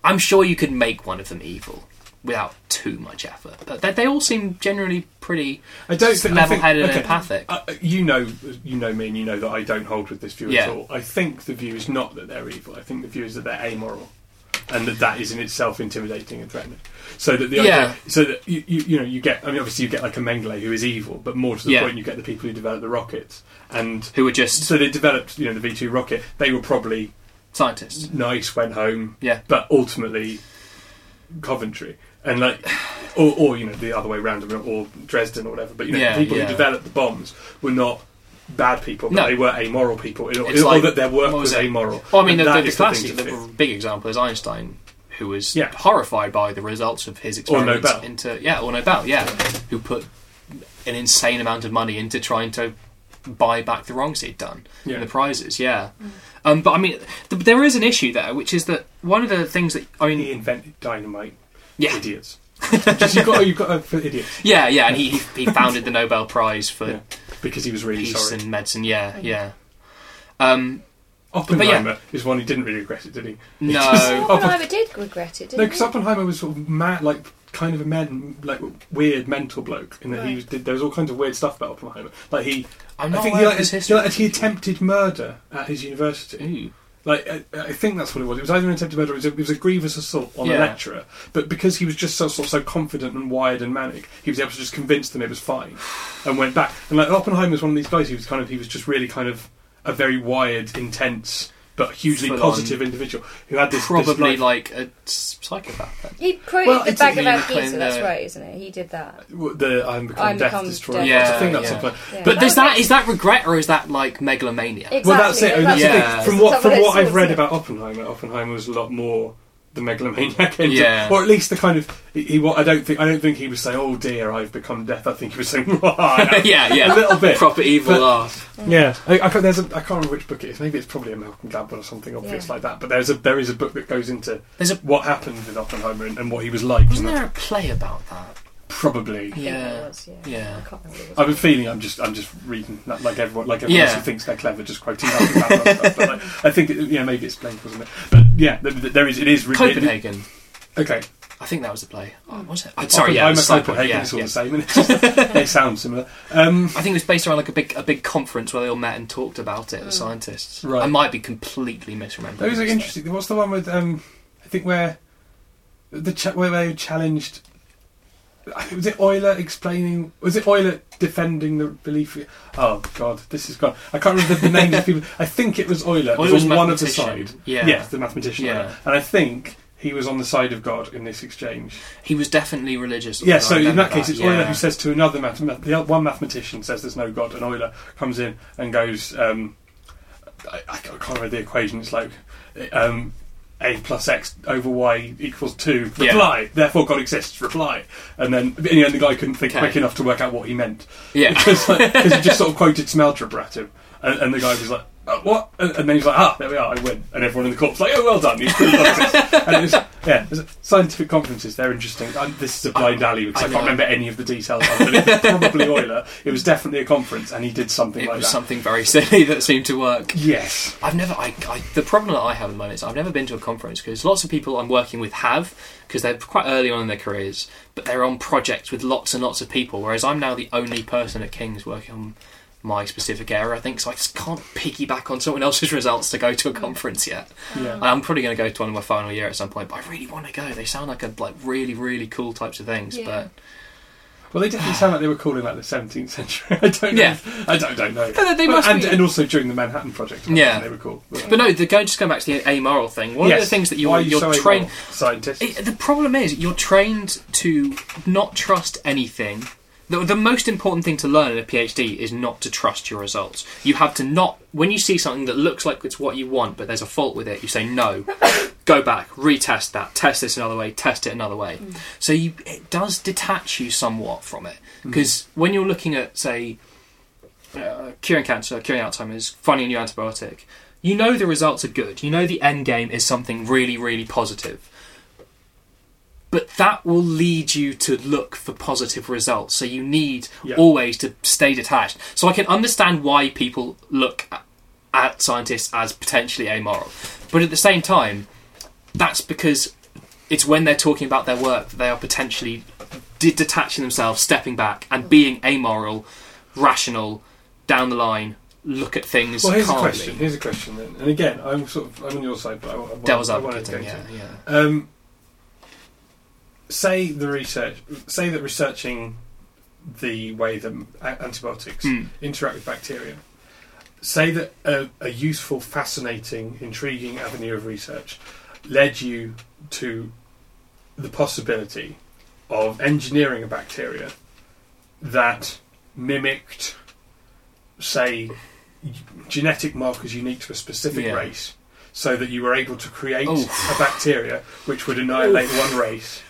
I'm sure you could make one of them evil without too much effort. But they, they all seem generally pretty
I don't think, I think
level-headed and
okay,
empathic.
Uh, you know, you know me, and you know that I don't hold with this view
Yeah.
at all. I think the view is not that they're evil. I think the view is that they're amoral, and that that is in itself intimidating and threatening. So that the
Yeah.
idea, so that you, you you know you get. I mean, obviously you get like a Mengele who is evil, but more to the
Yeah.
point, you get the people who develop the rockets, and
who are just
so they developed you know the V two rocket. They were probably
scientists.
nice, went home,
Yeah.
but ultimately Coventry and like or, or you know the other way round, or Dresden or whatever but you know
Yeah,
the people
yeah.
who developed the bombs were not bad people but
No.
they were amoral people in,
It's
or
like-
that their work
what was
was
it?
amoral
Well, I mean, the,
And
the,
that
the
is the thing
classic,
to
the,
fix.
big example is Einstein, who was
Yeah.
horrified by the results of his experiments
Nobel.
into yeah, or Nobel, yeah, who put an insane amount of money into trying to buy back the wrongs he'd done
Yeah.
and the prizes, yeah. Um, but I mean, th- there is an issue there, which is that one of the things that I
he
mean,
invented dynamite
yeah, (laughs)
idiots Just you've got you've got uh, for idiots
yeah, yeah, and
(laughs)
he he he founded the Nobel Prize for
Yeah. because he was really
peace
sorry
and medicine, yeah, yeah. Um,
Oppenheimer is one who didn't really regret it did he He just-
no,
Oh, but-
Oppenheimer did regret it,
No,
didn't
because Oppenheimer was sort of mad, like kind of a man, like weird mental bloke, in that he
Right.
was, did. There was all kinds of weird stuff about Oppenheimer. Like he,
I'm
I
not
think
aware
he
of
like,
his
he,
history.
like, he attempted murder at his university.
Ooh.
Like I, I think that's what it was. It was either an attempted murder, or it was a, it was a grievous assault on a
Yeah.
lecturer. But because he was just so sort of so confident and wired and manic, he was able to just convince them it was fine, and went back. And like Oppenheimer was one of these guys who was kind of he was just really kind of a very wired, intense. But hugely
Full on.
positive individual who had this this,
probably
like,
like a s- psychopath. Then.
he? He quoted
Well,
the
it's-
bag
he
about
claimed
Pizza, that's
that-
right, isn't it? He did that.
Well, the I'm become
I'm
death
become
destroyer.
death
That's- I think that's
destroyer.
something.
Yeah.
But
But is that is that regret or is that like megalomania?
Exactly.
well, that's it. That's
Yeah.
the thing. From
It's
what
some
from
of
what
those
I've read
sorts of-
about Oppenheimer, Oppenheimer was a lot more the megalomaniac end, of-
Yeah.
or at least the kind of he. he- I don't think I don't think he was saying, "Oh dear, I've become death." I think he was saying, (laughs) "Why?"
(laughs) (laughs) yeah, yeah,
A little bit.
proper evil
But-
art.
yeah, I, I can't, there's a, I can't remember which book it is. Maybe it's probably a Malcolm Gladwell or something obvious
Yeah.
like that. But there's a there is a book that goes into
There's a
what happened with Oppenheimer and, and what he was like.
wasn't
and
there a play about that?
that's probably.
I think
Yeah.
it was, yeah.
Yeah.
I can't remember.
I've been feeling I'm just I'm just reading like, like everyone like everyone
Yeah.
else who thinks they're clever just quoting out of that and stuff. But like, I think it, yeah maybe it's Blake wasn't it? But yeah, th- th- there is it is really
Copenhagen.
okay.
I think that was the play. Oh, was it? I'm sorry, yeah, it
I'm a
was
Copenhagen.
Copenhagen, yeah,
it's all
yeah.
the same. And it's just, (laughs) they sound similar. Um,
I think it was based around like a big a big conference where they all met and talked about it, the scientists.
Right.
I might be completely misremembering.
those are
this, though.
interesting. What's the one with um, I think where the cha- where they challenged. Was it Euler explaining? Was it Euler defending the belief? Oh God, this is gone. I can't remember the names of people. I think it was Euler. It
Well, it
was
was
on one of the
mathematician.
side.
Yeah.
Yes, the mathematician.
Yeah.
right. And I think he was on the side of God in this exchange.
He was definitely religious.
Yeah,
I
so in
remember
that case, it's
yeah.
Euler who says to another mathematician, the other- one mathematician says there's no God, and Euler comes in and goes, um, I, I can't remember the equation, it's like, um, a plus x over y equals two.
Yeah.
Reply. Therefore, God exists. Reply. And then in the end, the guy couldn't think
Okay.
quick enough to work out what he meant (laughs)
Yeah.
because he just sort of quoted Smeltrip at him, and, and the guy was like, "Uh, "What?" And, and then he's like, "Ah, there we are, I win." And everyone in the court's like, "Oh, well done." He's pretty
(laughs)
conscious. and it was, yeah, it was- scientific conferences they're interesting. i this is a blind alley because
I
I, can't
know.
remember any of the details. Of it, but it was probably Euler. It was definitely a conference, and he did something
It
like
was
that.
something very (laughs) silly that seemed to work.
yes.
I've never. I, I, the problem that I have at the moment is I've never been to a conference because lots of people I'm working with have because they're quite early on in their careers, but they're on projects with lots and lots of people. Whereas I'm now the only person at King's working on my specific area. I think so. I just can't piggyback on someone else's (laughs) results to go to a conference yet.
Yeah.
I'm probably going to go to one in my final year at some point, but I really want to go. They sound like a, like really really cool types of things,
Yeah.
but
Well, they definitely sound like they were calling like the 17th century. (laughs) I don't know.
Yeah.
I don't, don't know.
But they must
and,
be-
and also during the Manhattan Project. I imagine
Yeah.
They were cool.
But no, the, going just going back to the amoral thing. One of the things that you,
Why are
you're
so
trained.
immoral, Scientists.
It, the problem is you're trained to not trust anything. The, the most important thing to learn in a PhD is not to trust your results. You have to not when you see something that looks like it's what you want, but there's a fault with it. You say no, (coughs) go back, retest that, test this another way, test it another way. So you, it does detach you somewhat from it because when you're looking at say uh, curing cancer, curing Alzheimer's, finding a new antibiotic, you know the results are good. You know the end game is something really, really positive. But that will lead you to look for positive results. So you need
Yeah.
always to stay detached. So I can understand why people look at, at scientists as potentially amoral. But at the same time, that's because it's when they're talking about their work that they are potentially de- detaching themselves, stepping back, and being amoral, rational, down the line, look at things
Well, here's
calmly.
a question. Here's a question then. And again, I'm sort of I'm on your side, but I, want- I, want-
Devil's
I want
advocate,
to go
yeah, yeah.
to. Um, say the research. Say that researching the way that a- antibiotics
Mm.
interact with bacteria. Say that a, a useful, fascinating, intriguing avenue of research led you to the possibility of engineering a bacteria that mimicked, say, genetic markers unique to a specific
Yeah.
race, so that you were able to create
Oof.
a bacteria which would annihilate one race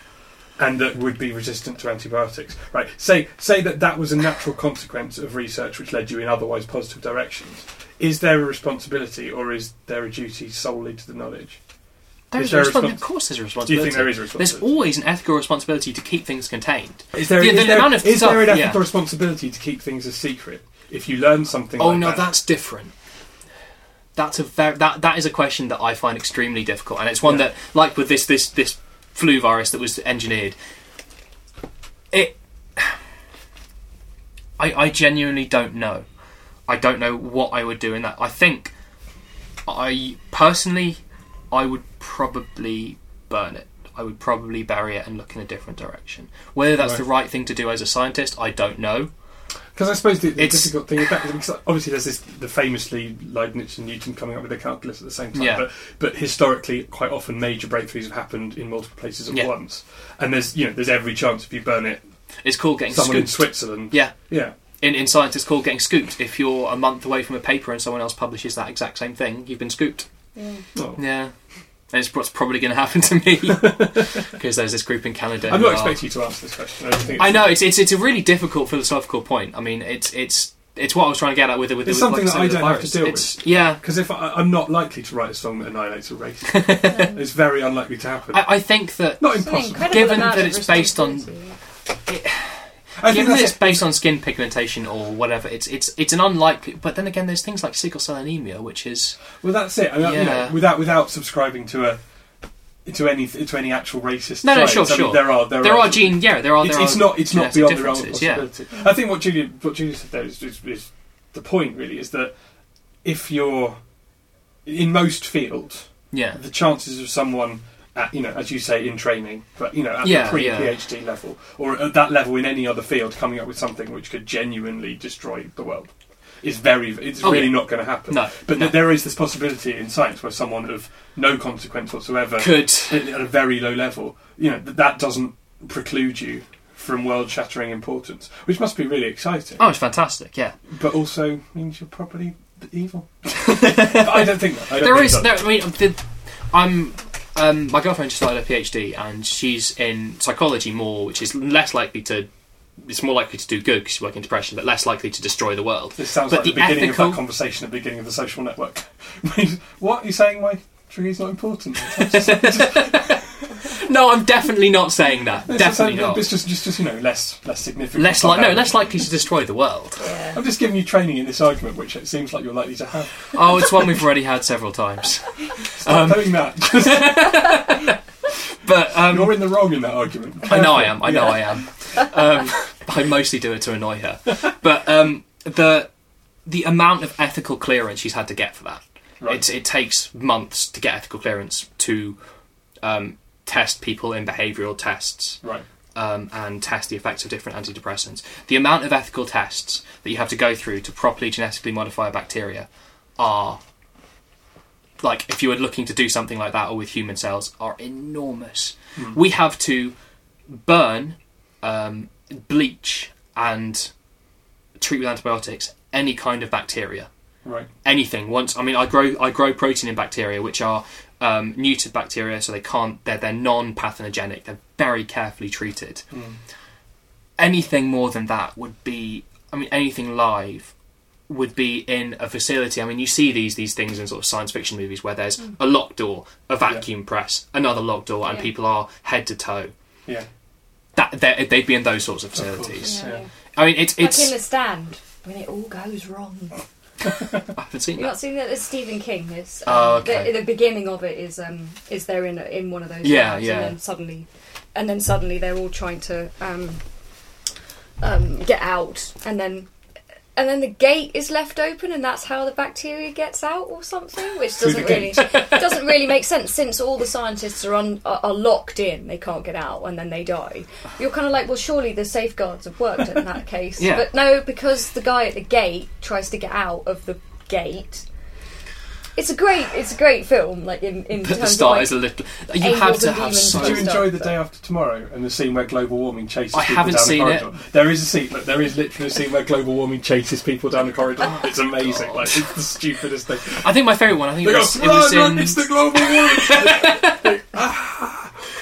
and that would be resistant to antibiotics. Right? Say say that that was a natural consequence of research which led you in otherwise positive directions. Is there a responsibility, or is there a duty solely to the knowledge?
There's
Is there
a
a
respons-
respons-
of course, there's
Do
a
you
responsibility.
think there is a
There's
responsibility?
always an ethical responsibility to keep things contained.
Is there,
Yeah,
is
the
there-
amount of
is there an
stuff-
ethical
yeah.
responsibility to keep things a secret? If you learn something,
Oh
like
no,
that,
that's different. That's a ver- that that is a question that I find extremely difficult, and it's one
Yeah.
that, like with this this this flu virus that was engineered, it. (sighs) I I genuinely don't know. I don't know what I would do in that. I think, I personally, I would probably burn it. I would probably bury it and look in a different direction. Whether that's
Right.
the right thing to do as a scientist, I don't know.
Because I suppose the, the
It's-
difficult thing with that is because obviously there's this the famously Leibniz and Newton coming up with their calculus at the same time.
Yeah.
But but historically, quite often major breakthroughs have happened in multiple places at
Yeah.
once. And there's you know there's every chance if you burn it,
It's called getting
someone in
scooped.
Switzerland.
Yeah.
Yeah.
in, in science it's called getting scooped if you're a month away from a paper and someone else publishes that exact same thing you've been scooped
Yeah.
Well,
yeah and it's what's probably going to happen to me because there's this group in canada
I'm
who
not
are-
expecting you to answer this question. I, don't think
i
it's-
know it's, it's it's a really difficult philosophical point i mean it's it's it's what i was trying to get at with it with
It's
the,
something
with- like I
that
said,
I
with the
don't have to
virus. it's, yeah
Because if I, I'm not likely to write a song that annihilates a race, it's very unlikely to happen.
I, I think that
not
It's an
impossible.
incredible
Given
amount
that
of
it's based on-
responsibility.
I think
given that
that's
it's
it.
based on skin pigmentation or whatever it's it's it's an unlikely but then again there's things like sickle cell anemia which is
Well, that's it. I mean, you know,
Yeah.
without without subscribing to a to any to any actual racist.
No, no,
claims,
sure,
I mean,
sure.
There are there,
there are
some-
gene yeah there are
It's,
there
it's
are
not it's not
genetic
beyond the realm of
differences, yeah
possibility. I think what Julia what Julia said there is, is, is the point really is that if you're in most fields,
yeah
the chances of someone. At, you know, as you say, in training, but you know, at
Yeah,
the pre
yeah.
PhD level, or at that level in any other field, coming up with something which could genuinely destroy the world is very—it's
Oh,
really
yeah.
not going to happen.
no
But
no.
th- there is this possibility in science where someone of no consequence whatsoever,
could
at at a very low level, you know, th- that doesn't preclude you from world-shattering importance, which must be really exciting.
Oh, it's fantastic! Yeah,
But also means you're
(laughs)
probably evil. But I don't think that. I don't
there
think
is.
that-
There, I mean, the, I'm um, my girlfriend just started her PhD and she's in psychology more, which is less likely to. It's more likely to do good because you work in depression, but less likely to destroy the world.
This sounds like
But
the,
the
beginning
ethical-
of that conversation, at the beginning of the social network. (laughs) what are you saying? My tree's not important. It's just-
No, I'm definitely not saying that. definitely not.
It's just, just, just you know, less, less significant.
Less like no,
somehow.
less likely to destroy the world.
Yeah.
I'm just giving you training in this argument, which it seems like you're likely to have.
Oh, it's one we've already had several times. Um,
Stop doing that.
But
(laughs)
um,
you're in the wrong in that argument.
I know I am. I know I am. Um, (laughs) I mostly do it to annoy her. But um, the the amount of ethical clearance she's had to get for that,
Right.
it's, it takes months to get ethical clearance to um, test people in behavioural tests
Right.
um, and test the effects of different antidepressants. The amount of ethical tests that you have to go through to properly genetically modify a bacteria are like if you were looking to do something like that or with human cells are enormous. We have to burn, um, bleach, and treat with antibiotics any kind of bacteria
Right.
anything once i mean i grow i grow protein in bacteria which are um, neutered bacteria so they can't they're, they're non-pathogenic they're very carefully treated
Hmm.
anything more than that would be i mean anything live would be in a facility i mean you see these these things in sort of science fiction movies where there's a locked door a vacuum press another locked door and
Hmm. Yeah.
people are head to toe
Yeah.
that they're- they'd be in those sorts of
course.
facilities
Yeah.
Yeah.
i mean it's
Like
uh, it's
in the stand when it all goes wrong.
i haven't seen
You've
that
not seen that? It's Stephen King. It's, um,
Oh, okay.
the, the beginning of it is um, is they're in a- in one of those
Yeah,
labs
yeah.
and then suddenly, and then suddenly they're all trying to um, um, get out, and then and then the gate is left open, and that's how the bacteria gets out or something, which
Through the
doesn't really (laughs) doesn't really make sense since all the scientists are on are, are locked in, they can't get out, and then they die. You're kind of like, well, surely the safeguards have worked in
(laughs)
that case,
Yeah.
but no, because the guy at the gate tries to get out of the gate. It's a great, it's a great film. Like in in
but the
terms
start
of
is a
like,
little you have
angels
to
and
have
demons
so
and
Did you
Stuff,
enjoy the
but-
day after tomorrow and the scene where global warming chases?
I
people
haven't
down the
seen
corridor? There is a scene. Like, there is literally a scene where global warming chases people down the
(laughs)
corridor. It's amazing.
Oh God.
Like it's the stupidest thing.
I think my favourite one. I think
They
it
go,
was, it
"Run,
was um,
run,
in.
it's the
(laughs)
global warming.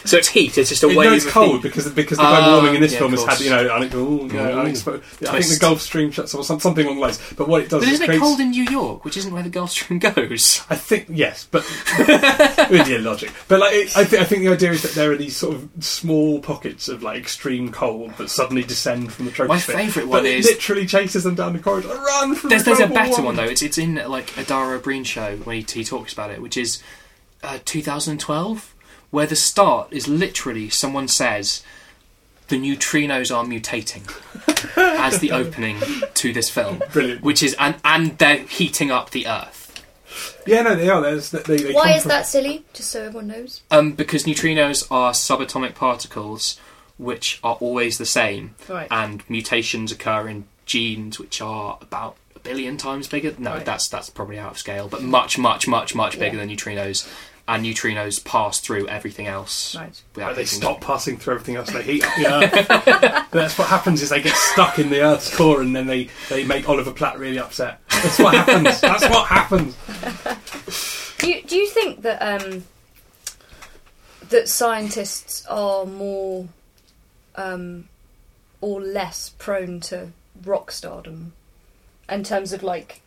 So it's heat. It's just a
It-
wave
no, it's
of
cold
heat.
because because the global
Ah,
warming in this
yeah,
film
of
has had
course.
you know, unex- ooh, you know
Ooh.
unexpected. I think the
Twist.
Gulf Stream shuts or some- something along those. But what it does
But
is
isn't it
creates-
cold in New York, which isn't where the Gulf Stream (laughs) goes?
I think yes,
(laughs)
but with your logic. But like, it, I, th- I think the idea is that there are these sort of small pockets of like extreme cold that suddenly descend from the troposphere.
My favourite
But
one
it
is-
literally chases them down the corridor. Run from
There's
the
there's a
global
better one
warming.
though. It's it's in like Adara Breen show when he, he talks about it, which is uh, 2012, where the start is literally someone says the neutrinos are (laughs) mutating as the opening to this film,
Brilliant.
which is and and they're heating up the Earth.
Yeah, no, they are. There's, they, they
why
come
is
from-
that silly? Just so everyone knows.
Um, because neutrinos are subatomic particles which are always the same,
Right.
and mutations occur in genes which are about a billion times bigger. No,
Right.
that's that's probably out of scale, but much, much, much, much bigger
Yeah.
than neutrinos. And neutrinos pass through everything else.
Right.
without
But they
hitting
stop passing through everything else. They
(laughs)
heat up the earth. That's what happens is they get stuck in the earth's core, and then they, they make Oliver Platt really upset. That's what happens. That's what happens.
Do you, do you think that um, that scientists are more um, or less prone to rock stardom in terms of like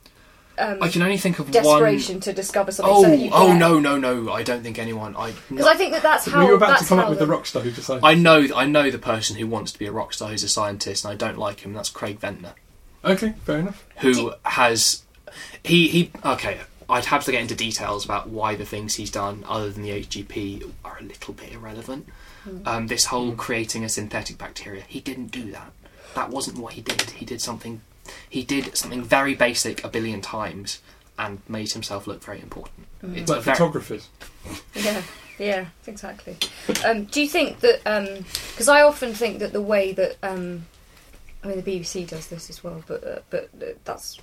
um,
them. I can only think of one.
desperation to discover something? so that
Oh,
you
oh
get-
no, no, no! I don't think anyone. I
Because I think that that's (laughs) how
we were about
that's
to come
how
up with the
the-
rock star who decided.
I know, I know the person who wants to be a rock star who's a scientist, and I don't like him. That's Craig Ventnor.
Okay, fair enough.
who has he he okay i'd have to get into details about why the things he's done other than the hgp are a little bit irrelevant
Hmm.
um, this whole
Hmm.
creating a synthetic bacteria he didn't do that that wasn't what he did he did something he did something very basic a billion times and made himself look very important
Hmm.
it's
Like
very,
photographers.
(laughs) Yeah, yeah, exactly. Um, do you think that? Because I often think that the way that um, I mean, the BBC does this as well, but uh, but uh, that's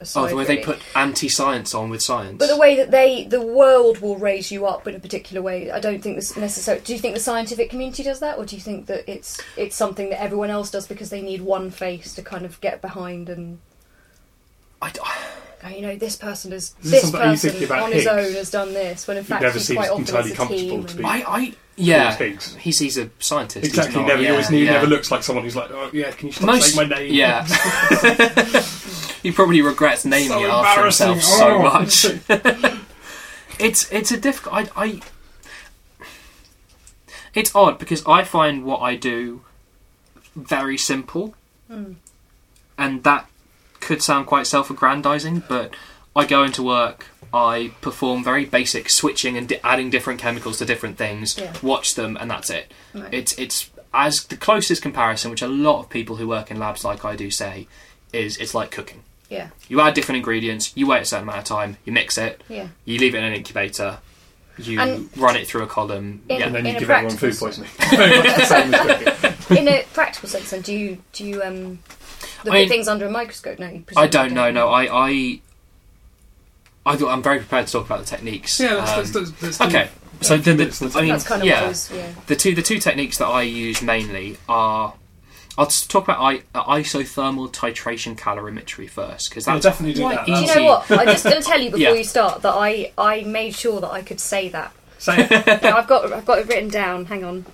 aside.
oh the way they
really.
put anti-science on with science
But the way that they, the world will raise you up in a particular way, I don't think this necessary. Do you think the scientific community does that, or do you think that it's it's something that everyone else does because they need one face to kind of get behind and
I d-
oh, you know, this person has
This is
this,
something you
person
thinking about
on his
Higgs.
own has done this. When in fact,
never
he's
seems
quite often
entirely
as a team
comfortable to be-
and-
I, I, yeah,
Higgs.
he's he's a scientist. he's
Exactly.
not-
never. he
yeah,
always, he
yeah.
never looks like someone who's like, oh yeah, can you stop
Most,
saying my name? (laughs)
yeah. he probably regrets naming
So
it after
embarrassing.
himself so
Oh. (laughs)
much. it's it's a difficult. I, I it's odd because I find what I do very simple, and that could sound quite self-aggrandizing, but I go into work. I perform very basic switching and di- adding different chemicals to different things.
Yeah.
Watch them, and that's it.
Right.
It's it's as the closest comparison, which a lot of people who work in labs like I do say, is it's like cooking.
yeah,
You add different ingredients, you wait a certain amount of time, you mix it,
yeah.
you leave it in an incubator, you
And-
run it through a column.
In-
yeah.
And then you
a
give everyone food
practical
(laughs) poisoning. Very much the same as cooking.
In a practical sense, then, do you do you um, look
I mean-
at things under a microscope? No, you
I
presumably
don't know. No, I I I thought I'm very prepared to talk about the techniques.
(laughs) Yeah, that's, that's,
Um,
that's, that's
okay. So the, the, I mean,
That's kind of
yeah.
what I was, yeah.
the two the two techniques that I use mainly are I'll just talk about I, uh, isothermal titration calorimetry first because
I'll
that's
definitely do
quite
that.
Do
easy.
That's-
you know what? I'm just going to tell you before
Yeah.
you start that I, I made sure that I could say that.
Same.
No, I've got I've got it written down. Hang on,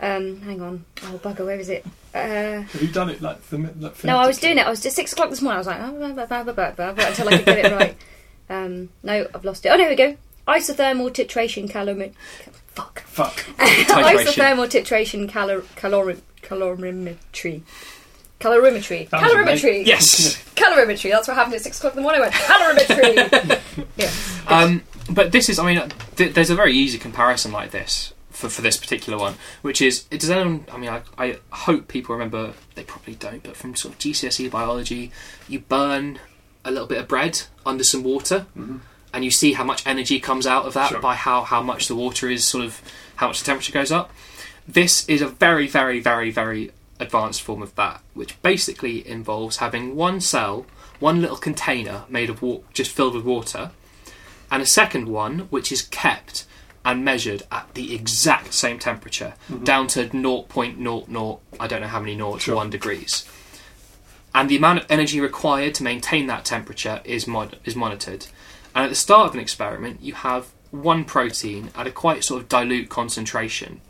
um, hang on. Oh bugger, where is it? Uh,
Have you done it like, the, like
no, I was doing it. I was at six o'clock this morning. I was like, oh, blah, blah, blah, blah, blah, blah, blah, until I
(laughs)
could get it right. Um, no, I've lost it. Oh, there we go. Isothermal titration calorimetry. Fuck.
Fuck.
Titration.
(laughs) Isothermal titration calor- calori- calorimetry. Calorimetry.
That was
Calorimetry.
Yes.
Calorimetry. That's what happened at six o'clock in the morning. I
(laughs)
went calorimetry. yes.
Um, but this is, I mean, th- there's a very easy comparison like this for, for this particular one, which is it does anyone? I mean, I, I hope people remember. They probably don't, but from sort of GCSE E biology, you burn a little bit of bread under some water, and you see how much energy comes out of that
Sure.
by how how much the water is sort of how much the temperature goes up. This is a very, very, very, very advanced form of that, which basically involves having one cell, one little container made of wa- just filled with water, and a second one which is kept and measured at the exact same temperature down to 0.00 I don't know how many noughts
Sure.
1 degrees and the amount of energy required to maintain that temperature is mod- is monitored and at the start of an experiment you have one protein at a quite sort of dilute concentration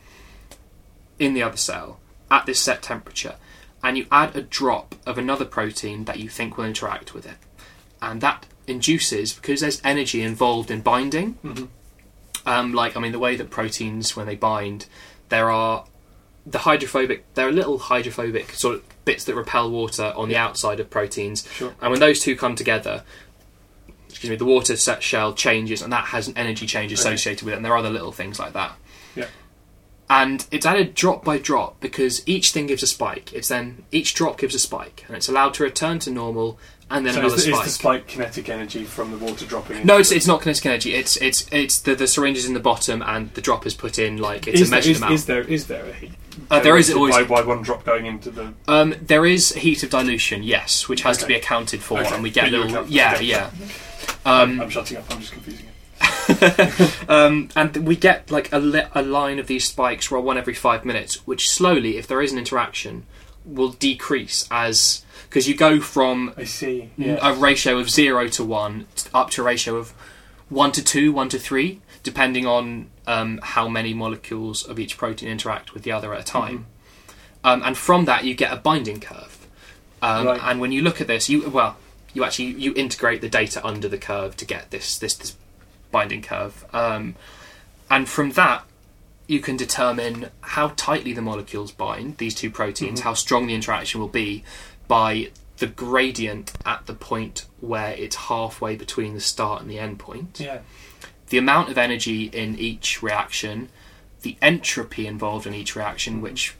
in the other cell at this set temperature and you add a drop of another protein that you think will interact with it and that induces because there's energy involved in binding. Um, like I mean, the way that proteins when they bind, there are the hydrophobic. There are little hydrophobic sort of bits that repel water on the outside of proteins,
Sure.
and when those two come together. Excuse me. The water set shell changes, and that has an energy change associated with it. And there are other little things like that
Yeah.
and it's added drop by drop because each thing gives a spike. It's then each drop gives a spike, and it's allowed to return to normal, and then
So
another
is the, is
spike.
the spike kinetic energy from the water dropping? in?
No, it's, it's not kinetic energy. It's it's it's the, the syringe is in the bottom, and the drop is put in like it's
is
a
there,
measured
is,
amount.
is there is there a heat?
Uh, there is always-
by, by one drop going into the
Um, there is heat of dilution, yes, which has to
Okay.
be accounted for,
Okay.
and we get
But you
little
account for
yeah
it.
yeah.
I'm shutting up. I'm just confusing it.
Um, and th- we get like a, li- a line of these spikes, well, one every five minutes, which slowly, if there is an interaction, will decrease as because you go from
I see. Yeah.
a ratio of zero to one t- up to a ratio of one to two, one to three, depending on um, how many molecules of each protein interact with the other at a time. Um, and from that, you get a binding curve. Um,
Right.
And when you look at this, you well, you actually you integrate the data under the curve to get this this, this binding curve. Um, and from that, you can determine how tightly the molecules bind these two proteins,
Mm-hmm.
how strong the interaction will be by the gradient at the point where it's halfway between the start and the end point,
yeah.
the amount of energy in each reaction, the entropy involved in each reaction,
Mm-hmm.
which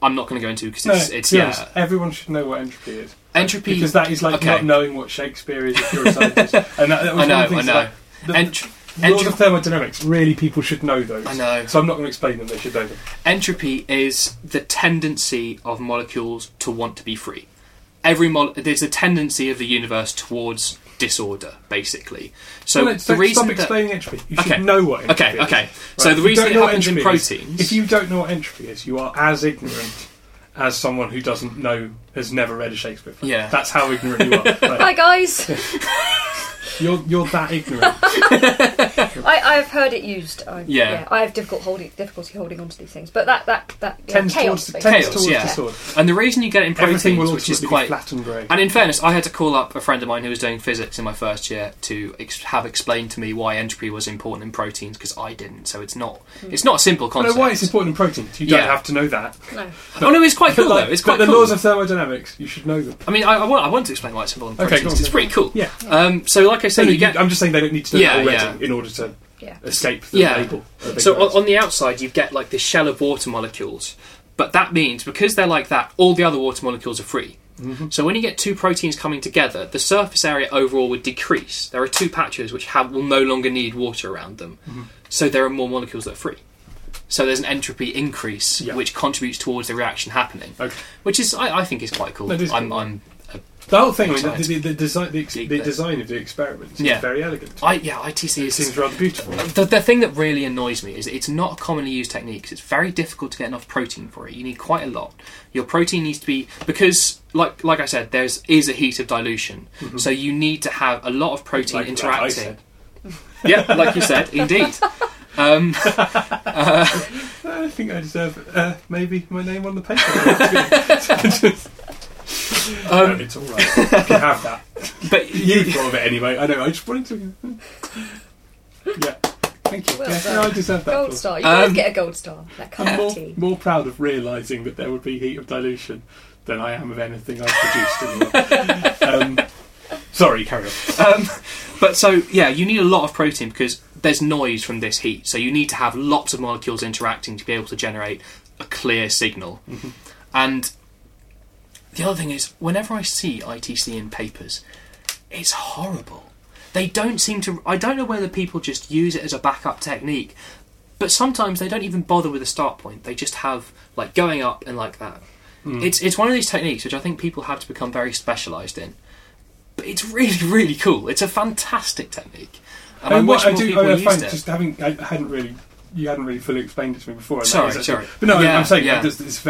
I'm not going to go into because
No,
it's, it's
to be
yeah.
honest, everyone should know what entropy is
entropy
because that is like
okay.
not knowing what Shakespeare is if you're a
(laughs)
scientist. and that, that was
I know,
one of the
I
things
know.
that, the,
Entr-
the laws
entropy-
of thermodynamics. Really, people should know those.
I know.
So I'm not going to explain them. They should know them.
Entropy is the tendency of molecules to want to be free. Every mo- there's a tendency of the universe towards disorder, basically. So
No, no,
the
stop,
reason
stop
that-
explaining entropy. You should
Okay.
know what entropy
Okay,
is.
okay. So the
If you
reason
don't
it
know what
happens in
entropy is,
proteins-
if you don't know what entropy is, you are as ignorant as someone who doesn't know has never read a Shakespeare play.
Yeah.
that's how ignorant
(laughs)
you are.
Hi
Like,
guys,
you're you're that ignorant.
I, I've heard it used. I,
Yeah.
I have difficult holding difficulty holding onto these things, but that that that yeah,
tends
chaos.
towards,
basically.
tends
Chaos,
towards
yeah.
the sword.
And the reason you get it in
Everything
proteins,
will
which
ultimately
is quite
be flat and grey.
And in fairness, I had to call up a friend of mine who was doing physics in my first year to ex- have explained to me why entropy was important in proteins because I didn't. So it's not it's not a simple
I
concept.
don't know Hmm. why it's important in proteins. You don't
Yeah.
have to know that.
No.
Oh no, it's quite
(laughs)
cool
But, like,
though. It's
but
quite
the
cool.
laws of thermodynamics. You should know them.
I mean, I, I, want, I want to explain why it's simple in proteins.
go on,
'cause it's
go
pretty cool.
Yeah.
Um, so, like I
So
said, you get
I'm just saying they don't need to know
Yeah,
that already
yeah.
in order to
Yeah.
escape the
Yeah.
label. of
So
ignorance.
on, on the outside, you get like this shell of water molecules, but that means because they're like that, all the other water molecules are free.
Mm-hmm.
So when you get two proteins coming together, the surface area overall would decrease. There are two patches which have will no longer need water around them,
Mm-hmm.
so there are more molecules that are free. So there's an entropy increase
Yeah.
which contributes towards the reaction happening,
Okay.
which is I, I think is quite cool.
That is
I'm,
cool.
I'm
The whole thing, I mean, the,
Science.
the, the design, the, ex-
Geek
the
bit.
design of the experiments
Yeah.
is very elegant.
I yeah ITC
It
is
seems rather beautiful.
The, the thing that really annoys me is that it's not a commonly used technique 'cause it's very difficult to get enough protein for it. You need quite a lot. Your protein needs to be because, like like I said, there's is a heat of dilution, so you need to have a lot of protein
Mm-hmm. Like- like I
interacting.
said.
(laughs) yeah, like you said, indeed. Um,
I think I deserve uh, maybe my name on the (laughs) paper. No,
um,
it's all right. You can have (laughs) that.
but
You thought of it anyway. I know. I just wanted to. Yeah. Thank you.
Well
yeah,
done.
no, I deserve that.
Gold
applause.
star. You always
Um,
get a gold star. That kind
I'm
of
more,
tea.
more proud of realising that there would be heat of dilution than I am of anything I've produced in the
(laughs)
world. Um, sorry, carry on.
um, but so yeah, you need a lot of protein because there's noise from this heat. So you need to have lots of molecules interacting to be able to generate a clear signal. And the other thing is, whenever I see ITC in papers, it's horrible. They don't seem to. I don't know whether people just use it as a backup technique, but sometimes they don't even bother with a start point. They just have like going up and like that.
Hmm.
It's it's one of these techniques which I think people have to become very specialised in. But it's really (laughs) really cool. It's a fantastic technique, and I,
mean,
wish
Oh, what
more
do-
people
I
used
find
it.
Just having, I hadn't really, you hadn't really fully explained it to me before. and that
Sorry,
is actually-
sorry.
But no,
Yeah,
I'm saying
yeah.
this, this,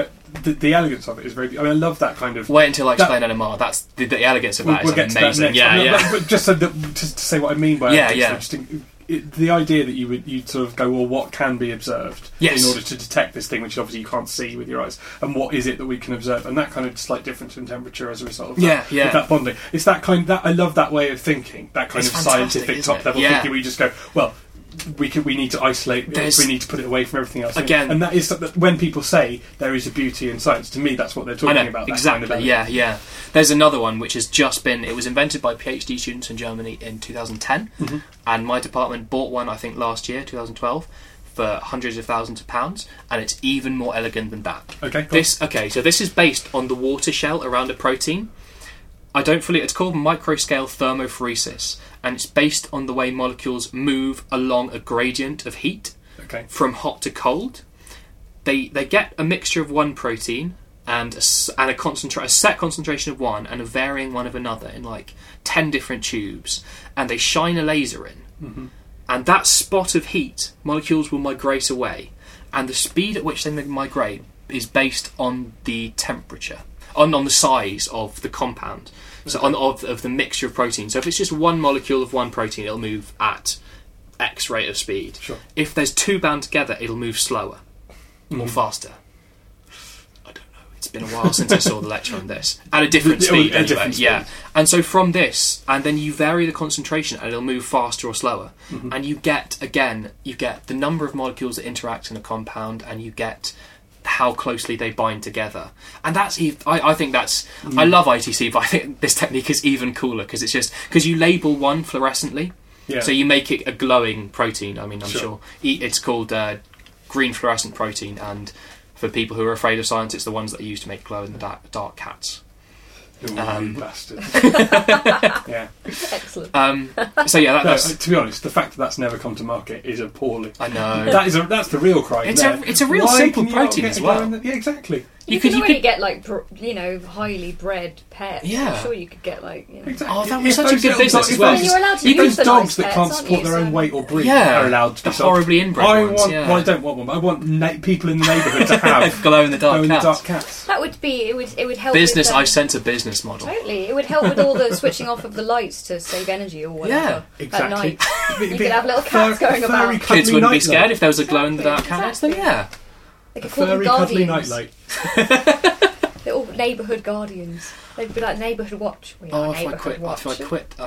the, the elegance of it is very. I mean, I love that kind of.
Wait until I
that-
explain NMR. That's the, the elegance of
we'll
that
we'll
is
get to that
amazing.
next. I
Yeah,
mean,
yeah.
But, but just so that, just to say what I mean by
Yeah,
elegance,
yeah.
Just in- it, the idea that you would you'd sort of go, well, what can be observed
Yes.
in order to detect this thing, which obviously you can't see with your eyes, and what is it that we can observe, and that kind of slight difference in temperature as a result of that.
Yeah, yeah.
With that bonding, it's that kind. That I love that way of thinking, that kind
It's
of
fantastic,
scientific
isn't it?
top level
Yeah.
thinking. where you just go, well, we can, we need to isolate.
There's-
we need to put it away from everything else.
Again-
and that is something that when people say there is a beauty in science, to me that's what they're
I
talking
know,
about. that kind
exactly.
of elegance.
yeah, yeah. There's another one which has just been. It was invented by PhD students in Germany in 2010,
Mm-hmm.
and my department bought one I think last year, 2012, for hundreds of thousands of pounds, and it's even more elegant than that.
Okay. Cool.
This okay, so this is based on the water shell around a protein. I don't fully. It's called microscale thermophoresis, and it's based on the way molecules move along a gradient of heat
okay.
from hot to cold. They they get a mixture of one protein and a, s- and a concentra- a set concentration of one and a varying one of another in like ten different tubes, and they shine a laser in, and that spot of heat molecules will migrate away, and the speed at which they migrate is based on the temperature, on on the size of the compound, so on of of the mixture of proteins. So if it's just one molecule of one protein, it'll move at X rate of speed.
Sure.
If there's two bound together, it'll move slower or faster. I don't know. It's been a while since I saw the lecture on this. At a
(laughs)
different
Yeah, well,
speed,
at a
anyway.
different speed.
Yeah. And so from this, and then you vary the concentration, and it'll move faster or slower.
Mm-hmm.
And you get again, you get the number of molecules that interact in a compound, and you get how closely they bind together. And that's ev- I, I think that's I
Mm.
love ITC, but I think this technique is even cooler because it's just because you label one fluorescently.
Yeah.
So you make it a glowing protein. I mean, I'm
Sure.
sure, E- it's called uh, green fluorescent protein, and for people who are afraid of science, it's the ones that are used to make glow in the dark, dark cats.
Ooh,
Um,
you
(laughs)
bastard. yeah.
Excellent. (laughs)
Um, so yeah, that,
No,
that's
to be honest, the fact that that's never come to market is appalling.
I know.
That is a, that's the real crime.
It's a-
there.
it's a real
Why
simple
can you not
protein
get
as
a guy
well.
in the- yeah, exactly.
You,
You
could,
could- you
already
could-
get like br- you know highly bred pets.
Yeah.
I'm sure you could get like you know.
Exactly.
Oh, that
If
was such a
those
good
little
business
dogs-
as
if
well.
And you're allowed to
If
use
those
the
dogs
nice
that
pets,
can't
aren't
support
you?
their own
So-
weight or breathe
Yeah,
are allowed to
the
be sold.
horribly inbred
I
ones,
want.
yeah.
Well, I don't want one. But I want na- people in the neighbourhood
(laughs)
to have
glow in the dark
own
cat.
dark cats.
That would be it. Would it would help
Business.
With,
I sent a business model.
Totally, it would help with all the switching off of the lights to save energy or whatever at
Exactly.
night. (laughs) You could have little cats going about.
furry
Kids
cuddly
wouldn't be
nightlight.
scared if there was a glow in the dark cat next to them.
Exactly.
Yeah,
They could call them
Furry cuddly
guardians.
nightlight.
They're all neighbourhood guardians. They'd be like neighbourhood watch. We are
Oh, if I
neighbourhood
quit,
watch.
if I quit
Brilliant.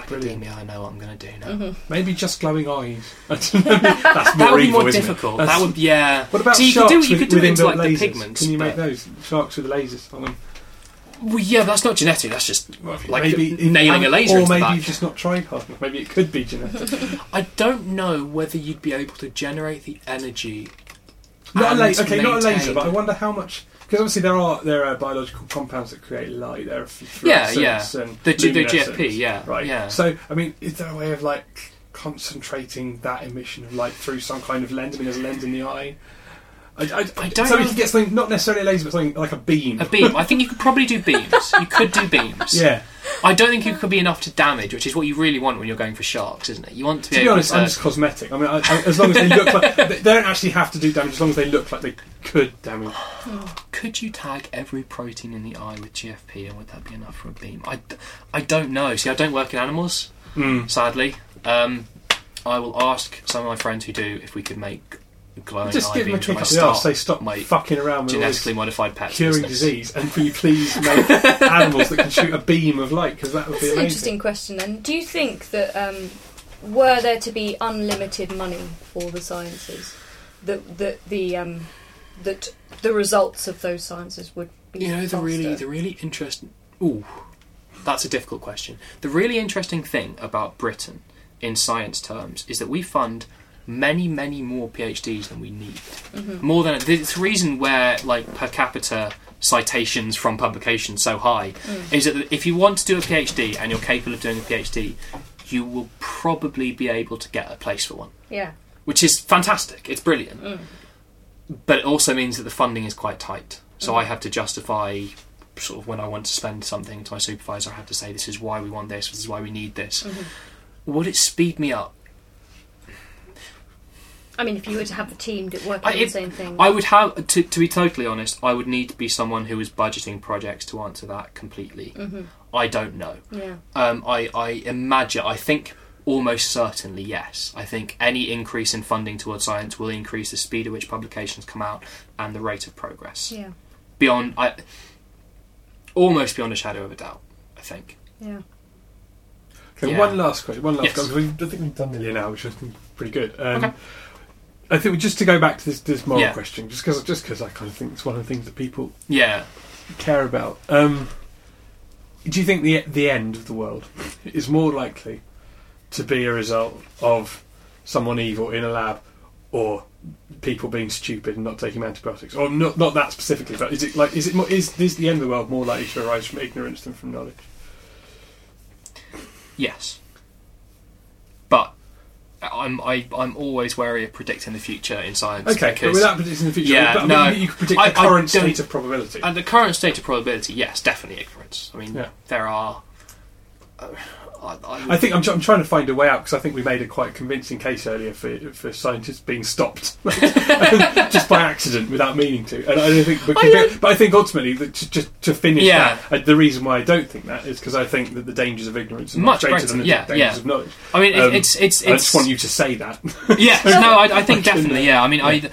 academia, I know what I'm going to do now.
Mm-hmm.
Maybe just glowing eyes. (laughs) That's more
That would be
evil,
more
isn't it?
difficult.
That's-
That would, yeah.
What about
so you could
sharks
do, you
with,
could do
with
it into
inbuilt
like the
lasers?
pigments.
Can you make
but-
those sharks with lasers? I mean,
Well, yeah, that's not genetic. That's just like
maybe if you
nailing a
haven't-
laser
Or
into the
maybe
back.
you've just not tried hard enough. Maybe it could be genetic.
I don't know whether you'd be able to generate the energy.
not a
and
laser. Okay, not a laser,
maintain-
but I wonder how much. Because obviously there are there are biological compounds that create light. There are f-
Yeah,
fluorescence
yeah.
and
The G- the
luminescence,
GFP, yeah,
right.
yeah.
So I mean, is there a way of like concentrating that emission of light through some kind of lens? I mean, there's a lens in the eye. I, I,
I don't
So
know
we
if-
could get something not necessarily a laser, but something like a beam.
A beam. I think you could probably do beams. You could do beams.
Yeah.
I don't think it could be enough to damage, which is what you really want when you're going for sharks, isn't it? You want to be
To be
able
honest,
to.
I'm just cosmetic. I mean, I, I, as long as they look
(laughs)
like they they don't actually have to do damage. As long as they look like they could damage.
Could you tag every protein in the eye with GFP, and would that be enough for a beam? I, d- I don't know. See, I don't work in animals. sadly. Um, I will ask some of my friends who do if we could make glowing
Just
eye
give them a
beams
kick
when I
up the arse. Say
start
stop
my
fucking around with all this
genetically modified pets.
curing
business."
disease, and will you please make animals that can shoot a beam of light? Because that would
That's
be
an
amazing.
interesting question. Then, do you think that um, were there to be unlimited money for the sciences, that that the um, that the results of those sciences would be
You know the really
faster?
the really interesting. Ooh, that's a difficult question. The really interesting thing about Britain in science terms is that we fund many many more PhDs than we need. More than it's the reason where like per capita citations from publications so high is that if you want to do a PhD and you're capable of doing a PhD, you will probably be able to get a place for one
yeah.
which is fantastic. It's brilliant, but it also means that the funding is quite tight. So I have to justify sort of when I want to spend something to my supervisor. I have to say this is why we want this. This is why we need this. Would it speed me up?
I mean, if you were to have the team that working
I-
on the
it-
same thing,
I would have to, to be totally honest. I would need to be someone who is budgeting projects to answer that completely. I don't know.
yeah.
Um, I, I imagine, I think almost certainly yes. I think any increase in funding towards science will increase the speed at which publications come out and the rate of progress.
Yeah,
Beyond, I, almost beyond a shadow of a doubt, I think.
yeah.
Okay,
Yeah.
one last question. One last
Yes.
question. 'cause we- I think we've done nearly an hour, which I think is pretty good. Um, I think we- just to go back to this, this moral
Yeah.
question, just because just 'cause I kind of think it's one of the things that people
Yeah.
care about. Um, do you think the the end of the world (laughs) is more likely to be a result of someone evil in a lab, or people being stupid and not taking antibiotics, or not not that specifically? But is it like is it more, is is the end of the world more likely to arise from ignorance than from knowledge?
Yes. But I'm I, I'm always wary of predicting the future in science.
Okay, but
because
without predicting the future,
Yeah,
but I mean,
no.
you could predict
I-
the
I
current
don't-
state of probability.
At the current state of probability, yes, definitely ignorance. I mean,
Yeah.
there are. uh, I, I,
I think I'm, tr- I'm trying to find a way out because I think we made a quite convincing case earlier for, for scientists being stopped (laughs) just by accident without meaning to. And I don't think, but,
I don't-
but I think ultimately, that to, just to finish
Yeah.
that, uh, the reason why I don't think that is because I think that the dangers of ignorance are much
Much
greater
greater,
than the
yeah,
dangers
yeah.
of knowledge.
I mean, it,
Um,
it's it's it's.
I just want you to say that. (laughs)
(laughs) yeah, no, I, I think
I can,
definitely. Yeah, I mean, I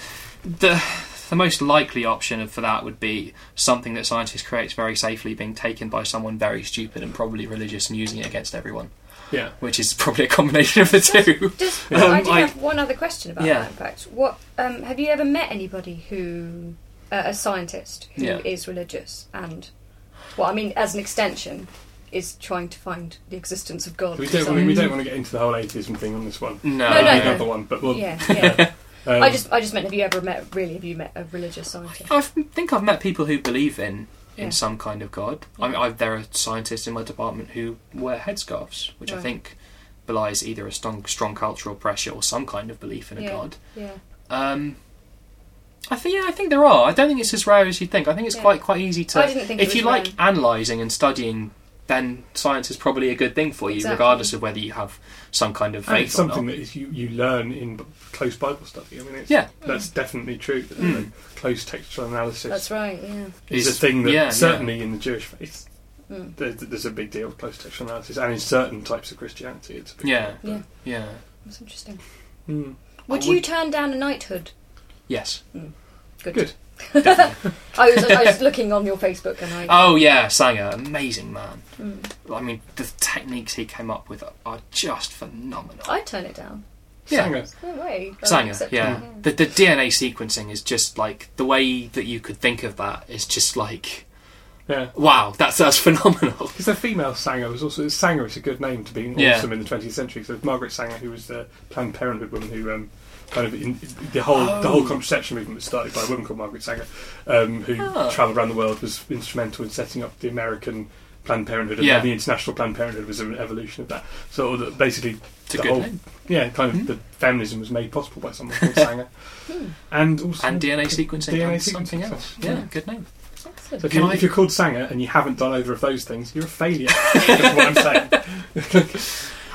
the the most likely option for that would be something that scientists creates very safely being taken by someone very stupid and probably religious and using it against everyone,
yeah.
which is probably a combination of the (laughs) two.
Just,
Um,
I do
I-
have one other question about
Yeah.
that. In fact, what um, have you ever met anybody who, uh, a scientist who is
Yeah.
religious and, well, I mean, as an extension, is trying to find the existence of God?
We
through
don't, want, we
science?
don't want to get into the whole atheism thing on this one.
No,
No, no,
Uh,
no.
another one, but we'll.
Yeah,
(laughs)
yeah.
um,
I just, I just meant, have you ever met really? Have you met a religious scientist?
I think I've met people who believe in in
Yeah.
some kind of god. I mean, I, there are scientists in my department who wear headscarves, which I
Right.
think belies either a strong strong cultural pressure or some kind of belief in a
Yeah.
god.
Yeah.
Um, I think yeah, I think there are. I don't think it's as rare as you think. I think it's
Yeah.
quite quite easy to.
I didn't think it
if
was
you
rare.
like analysing and studying, then science is probably a good thing for you,
Exactly.
regardless of whether you have some kind of
And
faith
it's
or
something
not.
that is, you, you learn in b- close Bible study. I mean, it's,
Yeah.
that's definitely true. that,
Mm.
like, close textual analysis
That's right. Yeah.
is a
It's-
thing that
yeah, yeah.
certainly in the Jewish faith
Mm.
there's, there's a big deal of close textual analysis, and in certain types of Christianity, it's a big
Yeah.
deal.
Yeah.
Yeah.
That's interesting.
Mm.
Would
I
you
would-
turn down a knighthood?
Yes.
Good.
Good.
(laughs)
Definitely.
I was,
(laughs)
I was looking on your Facebook and I.
oh yeah, Sanger, amazing man.
Mm.
I mean, the techniques he came up with are just phenomenal.
I'd turn it down.
Yeah.
Sanger.
No way. I'd
Sanger,
accept it,
yeah. The, the DNA sequencing is just like the way that you could think of that is just like
Yeah.
wow, that's that's (laughs) phenomenal.
Because the female Sanger was also Sanger is a good name to be
Yeah.
awesome in the 20th century. So Margaret Sanger, who was the Planned Parenthood woman who um, kind of in, the whole the
Oh.
whole contraception movement was started by a woman called Margaret Sanger, um, who
Ah.
travelled around the world was instrumental in setting up the American Planned Parenthood, and
Yeah.
then the International Planned Parenthood was an evolution of that. So the, basically,
It's a
The
good
whole-
name.
yeah, kind of
Hmm.
the feminism was made possible by someone called
(laughs)
Sanger, Hmm. and also
And DNA sequencing
DNA
and something
sequencing,
else.
yeah.
Yeah, good name.
Excellent.
So if,
Can
you,
I-
if you're called Sanger and you haven't done either of those things, you're a failure.
(laughs)
That's what I'm saying.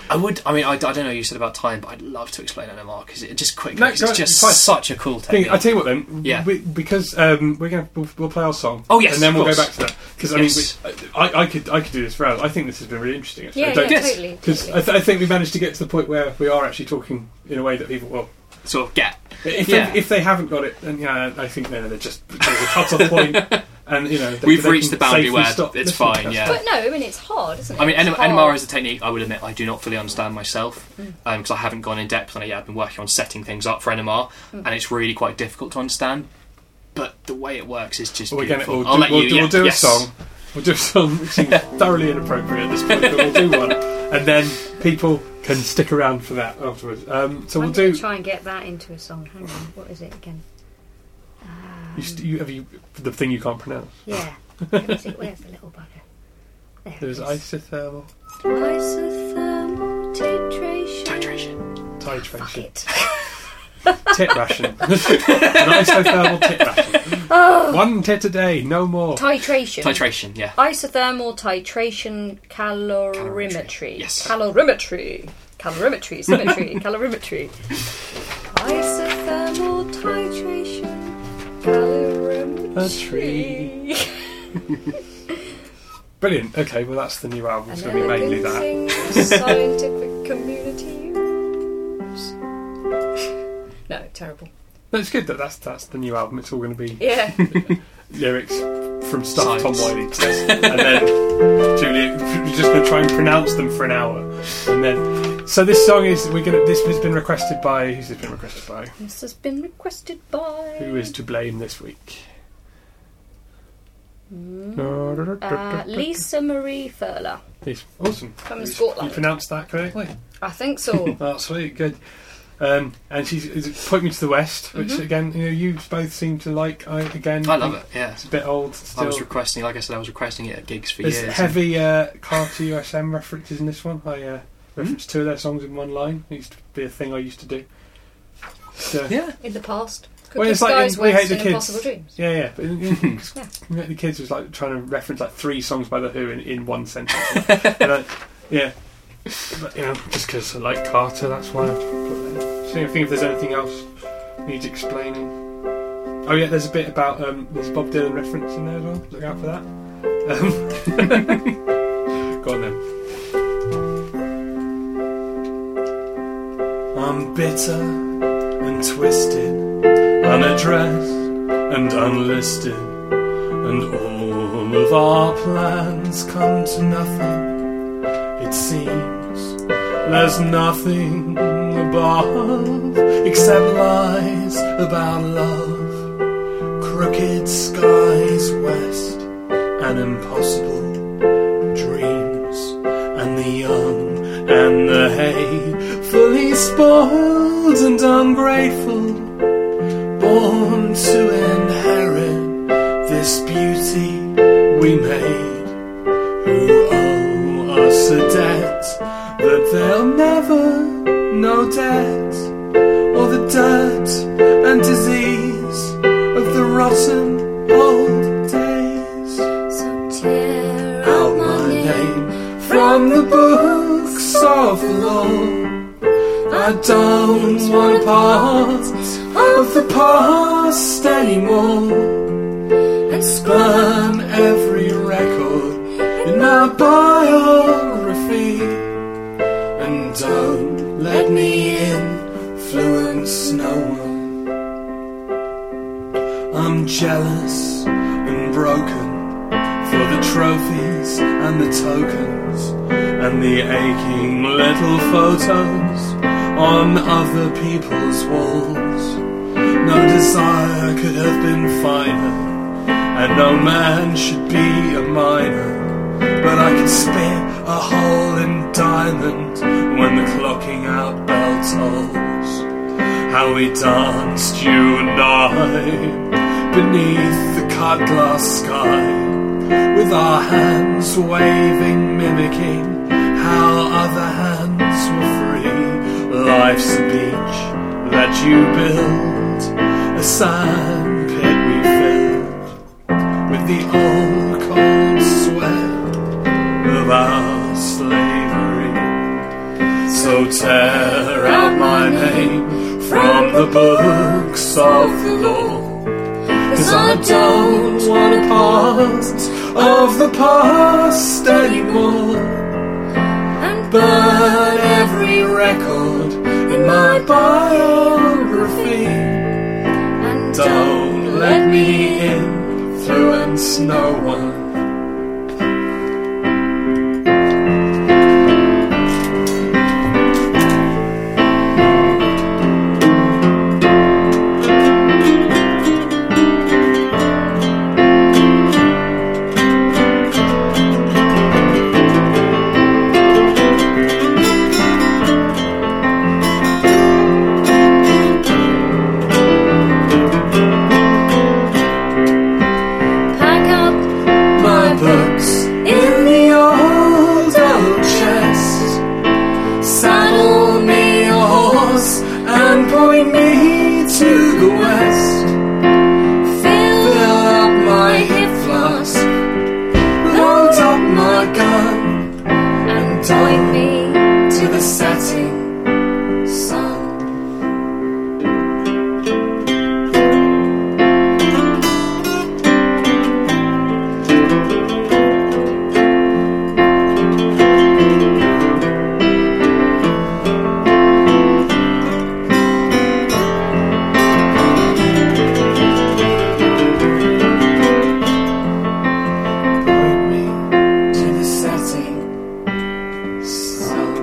I would. I mean, I, I don't know. what You said about time, but I'd love to explain NMR because it just quickly.
No,
'cause
go on,
it's just
fine.
such a cool
Thing,
technique.
I tell you what, then,
Yeah.
we, because um, we're going to we'll, we'll play our song.
Oh, yes,
and then
of
we'll go
course.
back to that because
Yes.
I mean, we, I, I could I could do this for hours. I think this has been really interesting. Actually,
Yeah,
I don't,
yeah,
Yes.
totally.
Because I,
totally.
th- I think we managed to get to the point where we are actually talking in a way that people well,
sort of get.
if,
Yeah.
they, if they haven't got it, then yeah, I think then they're just there's a cut-off
(laughs)
point, and you know they-
We've
they
reached
can
the boundary
safely
where
stop
it's
listening to
fine,
us.
yeah.
But no, I mean it's hard, isn't it?
I mean,
It's
NM-
hard.
Oh.
NMR is a technique I will admit I do not fully understand myself
Hmm.
because I haven't gone in depth on it yet. I've been working on setting things up for NMR,
Hmm.
and it's really quite difficult to understand. But the way it works is just
Well, we're gonna,
beautiful.
we'll,
I'll
do,
let
we'll,
you.
do- we'll
yeah,
do
yes.
a song. We'll do a song which
(laughs)
seems thoroughly inappropriate at this point, but we'll do one. And then people can stick around for that afterwards. Um, so
I'm
we'll
gonna
do.
Try and get that into a song. Hang on, what is it again? Um,
You, st- you, have you, the thing you can't pronounce. (laughs)
yeah. Let me see, Where's the little bugger? There.
There's
it is.
isothermal
Isothermal titration.
Titration.
Fuck
titration.
it. (laughs)
Tit ration. (laughs) An isothermal tit ration.
Oh.
One tit a day, no more.
Titration.
Titration. Yeah.
Isothermal titration calorimetry.
Calorimetry, yes.
Calorimetry. Calorimetry.
(laughs)
Symmetry. calorimetry. Isothermal titration. Calorimetry.
Brilliant. Okay, well, that's the new album. It's going to be
Another
mainly
good
that.
thing
(laughs)
the scientific community (laughs) use. No, terrible.
No, it's good that that's, that's the new album. It's all going to be
Yeah.
lyrics from stuff Tom
Science.
Wiley says, and then Julia, we're just going to try and pronounce them for an hour, and then. So this song is we're going to. This has been requested by who's this been requested by?
(laughs) this has been requested by.
Who is to blame this week?
Mm. Uh, Lisa Marie Furler
Yes, awesome.
from
You
Scotland.
pronounced that correctly.
I
(laughs)
think so.
That's sweet, good. Um, and she's is Point Me to the West, which again, you know, you both seem to like. I again,
Mm-hmm. I love it. Yeah.
It's a bit old
I
still.
was requesting, like I said, I was requesting it at gigs for
There's
years.
heavy uh, Carter USM references in this one. I
Hmm?
uh, referenced two of their songs in one line. It used to be a thing I used to do. So, yeah.
Yeah.
In the past. Could
Well,
the
it's like
skies
in We Hate
West
the
and
Kids.
Impossible Dreams?
Yeah, yeah. But in, in- 'cause We Met the kids was like trying to reference like three songs by the Who in, in one sentence. And I- yeah, but, you know, just because I like Carter, that's why. I put that. So I think if there's anything else needs explaining. Oh yeah, there's a bit about um, there's a Bob Dylan reference in there as well. Look out for that. Um, (laughs) go on then. I'm bitter and twisted, unaddressed and unlisted, and all of our plans come to nothing. It seems there's nothing above except lies about love, crooked skies west, and impossible dreams, and the young and the hay, fully spoiled and ungrateful born to inherit this beauty we made, who owe us a debt that they'll never know debt, or the dirt and disease rotten old days.
So tear
Out Oh, my name from the books of law. I don't want a part of the past anymore.
and
Burn every record in my biography. And don't let me influence no one. I'm jealous and broken for the trophies and the tokens and the aching little photos on other people's walls. No desire could have been finer, and no man should be a miner. But I could spit a hole in diamond when the clocking out bell tolls. How we danced, you and I, beneath the cut glass sky with our hands waving, mimicking how other hands were free. Life's a beach that you build, a sand pit we filled with the old cold sweat of our slavery. So tear out my name from the books of the law. Cause I don't want a part of the past anymore.
and
Burn every record in my biography.
and
Don't let me influence no one.
pack up
My books in the old old chest. Saddle me a horse and point me to the west.
fill
Fill up my hip flask, load up my gun,
and point me
to the setting
sun.
Point me to the setting sun.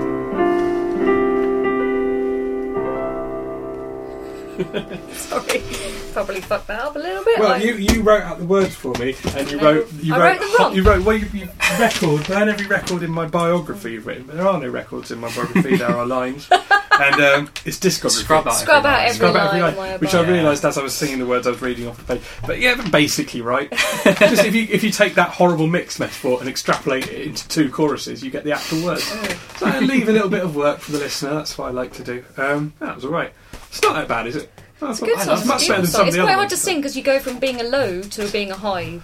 Sorry, (laughs) probably fucked that up a little bit.
Well,
like-
you, you wrote out the words for me, and you wrote you
I
wrote,
wrote them wrong.
you wrote well, you, you record burn every record in my biography you've written. There are no records in my biography. there are
(laughs)
lines, and um, it's discography.
Scrub out.
Scrub out every
Scrub out every
line,
line,
on my
which
bio.
I realised as I was singing the words I was reading off the page. But yeah, but basically right. Just if you if you take that horrible mix metaphor and extrapolate it into two choruses, you get the actual words.
Oh.
So I leave a little bit of work for the listener. That's what I like to do. Um, that was all right. It's not that bad, is it?
It's a good
I
song.
love- It's
It's, a
much better
beautiful
than
song.
some of
it's
the
quite
other
hard
ones.
to sing because you go from being a low to being a high,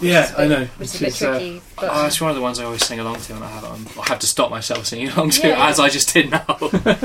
Yeah, I know.
which is a bit
uh,
tricky. but
Oh, it's one of the ones I always sing along to, and I have it on. I have to stop myself singing along to,
Yeah.
as I just did now.
Well, you,
I love
should,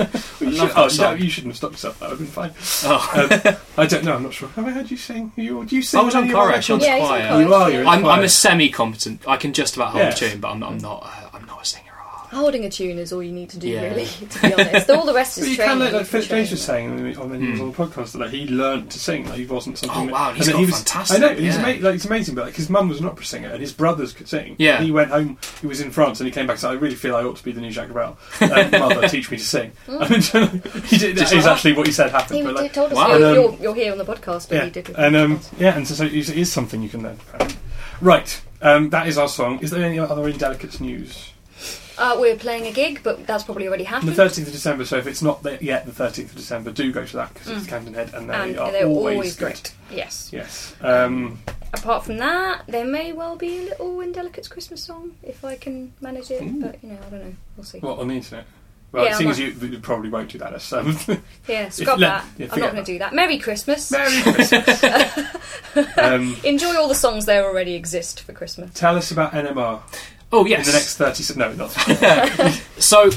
that
oh,
song.
no, you shouldn't have stopped yourself. That would have (laughs) been fine. Um,
Oh.
I don't know. I'm not sure. Have I heard you sing? You, do you sing?
I was on
any of your
choir,
records?
actually, on
yeah, he's
choir.
in chorus,
You are,
yeah.
you're in-
I'm, I'm a
Choir.
semi-competent. I can just about hold
Yes.
a tune, but I'm, I'm not. Uh, I'm not a singer. Oh,
Holding a tune is all you need to do,
Yeah.
really. (laughs) To be honest, all the rest
But
is
you
training.
can like, like
you can
Philip James
train.
was saying on the- on when he was on the podcast that like, he learned to sing. Like he wasn't something.
Hmm. Oh,
that-
wow, he's
and then
got
he was,
fantastic,
I know he's
yeah.
ama- like it's amazing. But like his mum was an opera singer and his brothers could sing.
Yeah.
And he went home. He was in France and he came back. and said, I really feel I ought to be the new Jacques Brel. Um,
(laughs)
Mother, teach me to sing. And (laughs) he did. That
Just
is
like-
actually what he said happened.
He
but, like,
told us
Wow.
you're,
And, um,
you're, you're here on the podcast, but
yeah.
he did. with
and
the
um,
podcast.
yeah, and so, so it is it is something you can learn. apparently. Right. Um, that is our song. Is there any other indelicate news?
uh, we're playing a gig, but that's probably already
The
happened.
13th of December, so if it's not there yet, the 13th of December, do go to that because it's Camden Head and they
Mm. and
are
they're
always,
always,
good.
great. Yes.
Yes. Um,
Apart from that, there may well be a little Indelicate's Christmas song if I can manage it,
Ooh.
but you know, I don't know. We'll see.
what, on the internet?
Well,
Yeah,
it
I
seems you, you probably won't do that as
(laughs)
um,
Yeah, scrub
le-
that.
yeah, forget
I'm not going
that.
to do that. Merry Christmas. (laughs)
Merry Christmas. um,
Enjoy all the songs there already exist for Christmas.
tell us about NMR
Oh
in
yes.
the next 30 se- No,
(laughs)
not
(laughs) So,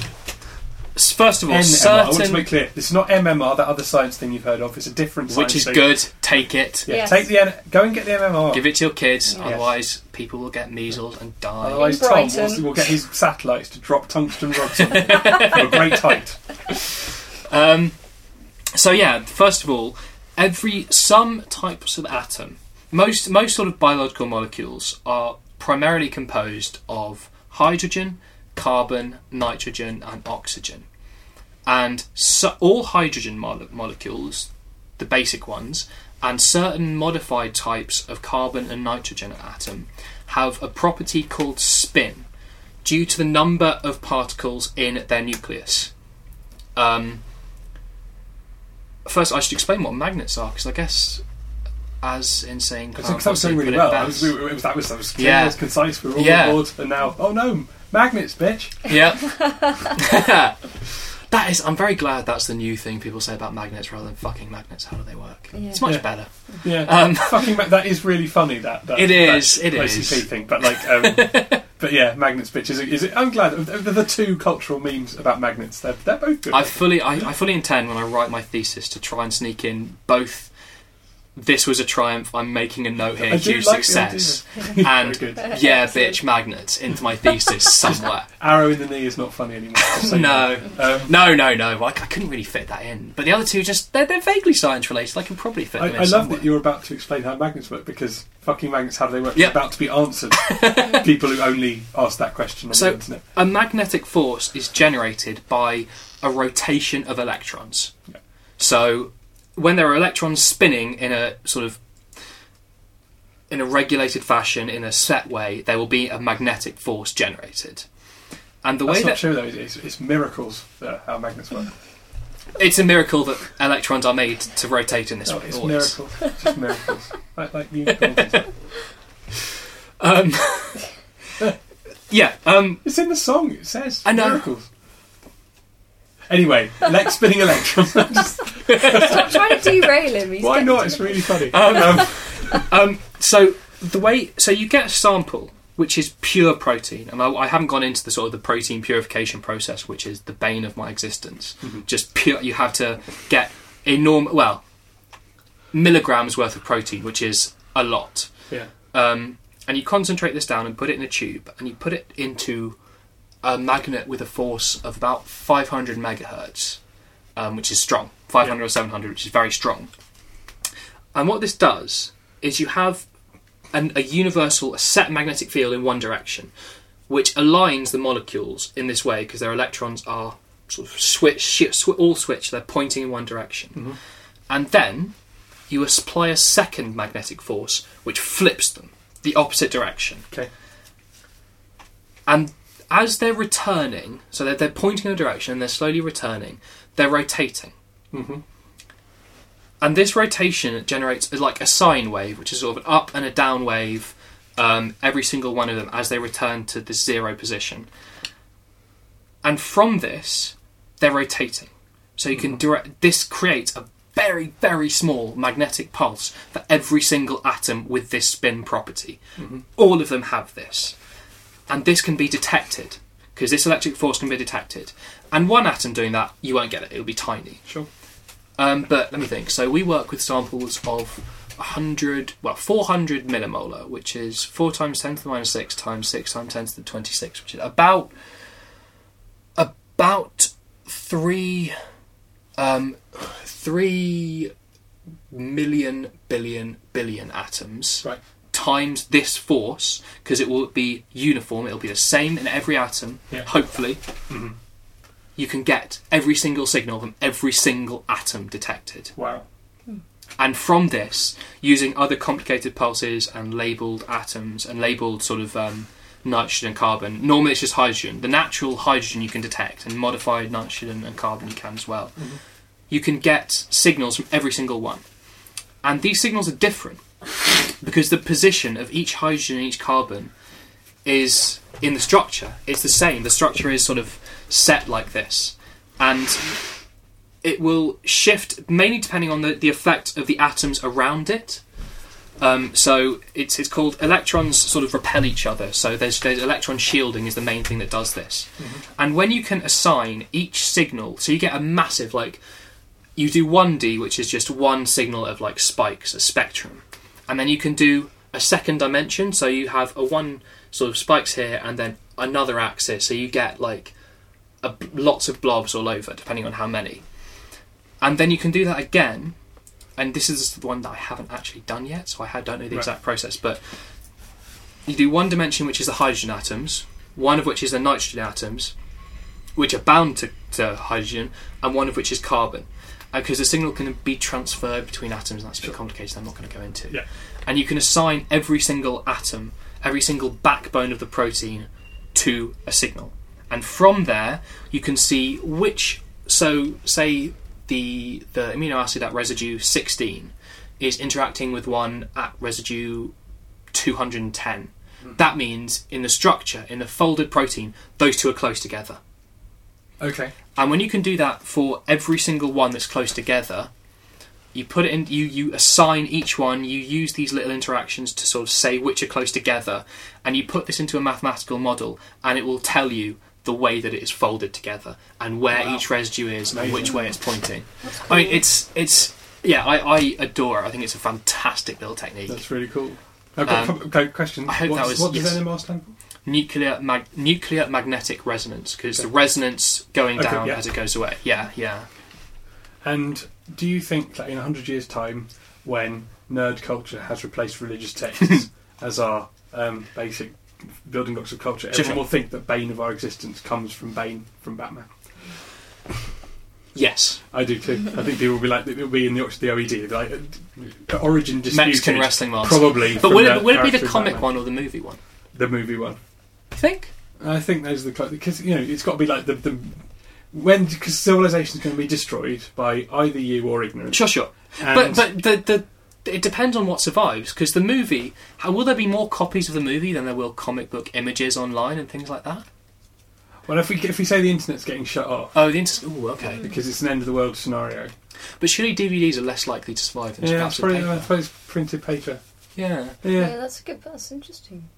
s- first of all,
NMR. I want to
certain,
make clear. This is not MMR, that other science thing you've heard of. It's a different science
which is
thing.
good, take it.
Yeah,
Yes.
take the N- go and get the MMR.
Give it to your kids,
Yes.
otherwise people will get measles and die.
Otherwise, Tom
In Brighton.
will, will get his satellites to drop tungsten rods
(laughs)
on you from a great height.
Um, so yeah, first of all, every some types of atom, most most sort of biological molecules are primarily composed of hydrogen, carbon, nitrogen, and oxygen. And so, all hydrogen mole- molecules, the basic ones, and certain modified types of carbon and nitrogen atom have a property called spin due to the number of particles in their nucleus. Um, first, I should explain what magnets are, because I guess, as insane,
I think that was doing really well. That was, we, we- it was, that was, that was clear,
Yeah.
it was concise. We were all
Yeah.
on board, and now, oh no, magnets, bitch.
yeah. that is. I'm very glad that's the new thing people say about magnets rather than fucking magnets. How do they work?
Yeah.
It's much
Yeah.
better.
Yeah,
Um,
(laughs) fucking. Ma- that is really funny. That, that
It
that
is, it is.
OCP thing, but like,
(laughs)
um, but yeah, magnets, bitch. Is, it- is it? I'm glad they're the two cultural memes about magnets. They're they're both good.
I
(laughs)
fully, I, I fully intend when I write my thesis to try and sneak in both. This was a triumph. I'm making a note here.
I do
Huge
like the (laughs)
success.
idea.
And
Very good.
yeah, bitch, magnets into my thesis
(laughs)
somewhere.
Arrow in the knee is not funny anymore. just so you
No.
know. Um,
No, no, no. I, I couldn't really fit that in. But the other two, just they're, they're vaguely science related. I can probably fit them
I,
in
I love
somewhere.
that you're about to explain how magnets work because fucking magnets, how do they work?
Yeah.
It's about to be
(laughs)
answered. People who only ask that question on
So-
the internet.
A magnetic force is generated by a rotation of electrons.
Yeah.
So when there are electrons spinning in a sort of in a regulated fashion, in a set way, there will be a magnetic force generated. And the
That's
way
not
that
true though. It's, it's miracles uh, how magnets work.
it's a miracle that electrons are made to rotate in this
No,
way.
it's
always.
miracles. It's just
(laughs)
miracles. like, like the unicorn. and stuff.
Um, yeah. Um,
It's in the song. It says
I know.
miracles. Anyway, like spinning
(laughs)
electrons.
Stop trying to derail him.
(laughs)
He's
Why
getting
not?
to
It's
the-
really funny.
(laughs) um, um, so the way so you get a sample which is pure protein and I, I haven't gone into the sort of the protein purification process which is the bane of my existence just pure you have to get enormous well milligrams worth of protein which is a lot
Yeah.
um, and you concentrate this down and put it in a tube and you put it into a magnet with a force of about 500 megahertz um, which is strong 500 or 700 which is very strong and what this does is you have an, a universal a set magnetic field in one direction which aligns the molecules in this way because their electrons are sort of switch shi- swi- all switch they're pointing in one direction and then you apply a second magnetic force which flips them the opposite direction.
Okay.
And as they're returning, so they're, they're pointing in a direction and they're slowly returning, they're rotating.
Mhm.
And this rotation generates like a sine wave, which is sort of an up and a down wave, um, every single one of them as they return to the zero position. And from this, they're rotating. So you can direct. This creates a very, very small magnetic pulse for every single atom with this spin property. All of them have this, and this can be detected because this electric force can be detected. And one atom doing that, you won't get it. It'll be tiny.
Sure.
Um, but let me think. So we work with samples of 100, well, 400 millimolar, which is 4 times 10 to the minus 6 times 6 times 10 to the 26, which is about about three, um, three million billion billion atoms
Right.
times this force because it will be uniform. It'll be the same in every atom.
Yeah.
Hopefully, you can get every single signal from every single atom detected.
Wow.
And from this, using other complicated pulses and labelled atoms and labelled sort of um, nitrogen and carbon, normally it's just hydrogen. The natural hydrogen you can detect, and modified nitrogen and carbon you can as well. You can get signals from every single one. And these signals are different because the position of each hydrogen and each carbon is in the structure. It's the same. The structure is sort of set like this. and it will shift mainly depending on the, the effect of the atoms around it. Um, so it's it's called electrons sort of repel each other. So there's, there's electron shielding is the main thing that does this. And when you can assign each signal, so you get a massive like you do one D, which is just one signal of like spikes, a spectrum, and then you can do a second dimension. So you have a one sort of spikes here, and then another axis. So you get like a, lots of blobs all over, depending on how many. And then you can do that again. And this is the one that I haven't actually done yet, so I ha- don't know the
Right.
exact process. But you do one dimension, which is the hydrogen atoms, one of which is the nitrogen atoms, which are bound to, to hydrogen, and one of which is carbon. Because the signal can be transferred between atoms, and that's a bit complicated, I'm not going to go into.
Yeah.
And you can assign every single atom, every single backbone of the protein to a signal. And from there, you can see which. So, say the the amino acid at residue 16 is interacting with one at residue 210. That means in the structure, in the folded protein, those two are close together.
Okay.
And when you can do that for every single one that's close together, you put it in you you assign each one, you use these little interactions to sort of say which are close together, and you put this into a mathematical model and it will tell you the way that it is folded together and where
Wow.
each residue is and which way it's pointing.
That's
I mean
cool.
it's it's yeah, I, I adore it. I think it's a fantastic little technique.
That's really cool. I've got
Um,
a couple- question.
I hope that
What's-
was-
what does
yes.
NMR stand for?
nuclear mag- nuclear magnetic resonance because the resonance going
Okay,
down
yeah.
as it goes away. Yeah, yeah.
And do you think that in 100 years' time, when nerd culture has replaced religious
(laughs)
texts as our um, basic building blocks of culture,
Sure,
everyone
sure.
will think that Bane of our existence comes from Bane from Batman?
Yes,
I do too. I think people will be like, it'll be in the, the OED, like uh, origin disputed.
Mexican wrestling mask.
Probably.
But
from
will
that
it, will it be the
character in
comic
Batman.
one or the movie one?
The movie one.
You think?
I think those are the because you know it's got to be like the, the when because civilization's going to be destroyed by either you or ignorance.
Sure, sure.
And-
but but the the it depends on what survives because the movie. How, will there be more copies of the movie than there will comic book images online and things like that?
well, if we if we say the internet's getting shut off
Oh, the inter- Ooh, okay.
because it's an end of the world scenario,
But surely DVDs are less likely to survive than
yeah,
scraps
it's
of
probably I
paper.
suppose printed paper.
Yeah.
yeah,
Yeah,
that's a good. That's interesting.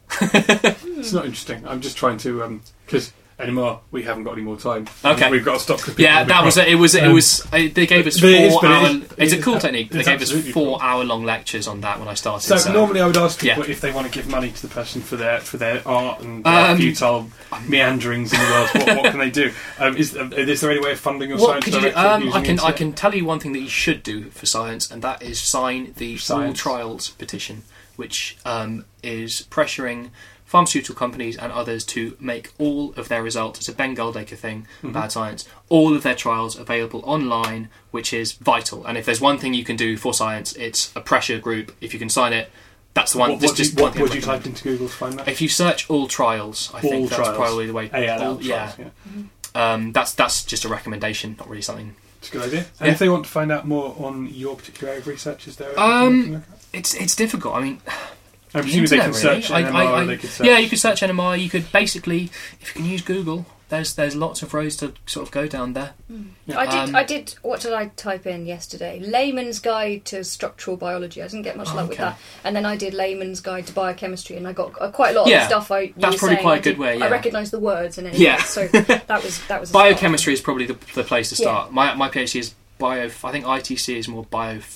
it's not interesting. I'm just trying to because anymore we haven't got any more time.
Okay.
we've got to stop. 'cause people
Yeah,
will be
that was
cross.
it. It was it
Um,
was. I, they gave us
but it is-
four
but it
hour.
is- it
it's a
is
cool
ab-
technique. They
it's
gave us
absolutely
four hour long lectures on that when I started.
So,
So,
normally I would ask
yeah.
people if they want to give money to the person for their for their art and their
Um,
futile meanderings in the world. What, what can they do? Um, is, uh, is there any way of funding your
what
science?
could you do?
directly
Um, I
using
can I
internet?
can tell you one thing that you should do for science, and that is sign the full
Science.
trials petition, which um, is pressuring pharmaceutical companies and others to make all of their results. It's a Ben Goldacre thing,
Mm-hmm.
bad science. All of their trials available online, which is vital. And if there's one thing you can do for science, it's a pressure group. If you can sign it, that's the one.
What,
that's
what,
just
do you-
one
what
thing
would
I'd
you
recommend.
type into Google to find that?
If you search all trials, I
All
think that's
trials.
probably the way.
ALL
all-
trials,
yeah,
yeah.
um, that's that's just a recommendation, not really something.
It's a good idea. And
Yeah.
if they want to find out more on your particular area of research, is there?
Um,
anything you can look at?
It's it's difficult. I mean,
I'm assuming they can
internet, really.
search
I-
NMR
I- I-
or they could search.
yeah, you could search NMR. You could basically, if you can use Google, there's there's lots of roads to sort of go down there.
Yeah.
I did.
Um,
I did. What did I type in yesterday? Layman's Guide to Structural Biology. I didn't get much
Oh,
luck with
okay.
that. And then I did Layman's Guide to Biochemistry, and I got uh, quite a lot of
Yeah,
the stuff. I you
that's
were
probably
saying.
quite a
I did-
good way, yeah.
I recognised the words and it.
Yeah. (laughs)
So that was that was a start.
Biochemistry is probably the, the place to
Yeah.
start. My my PhD is bio. I think ITC is more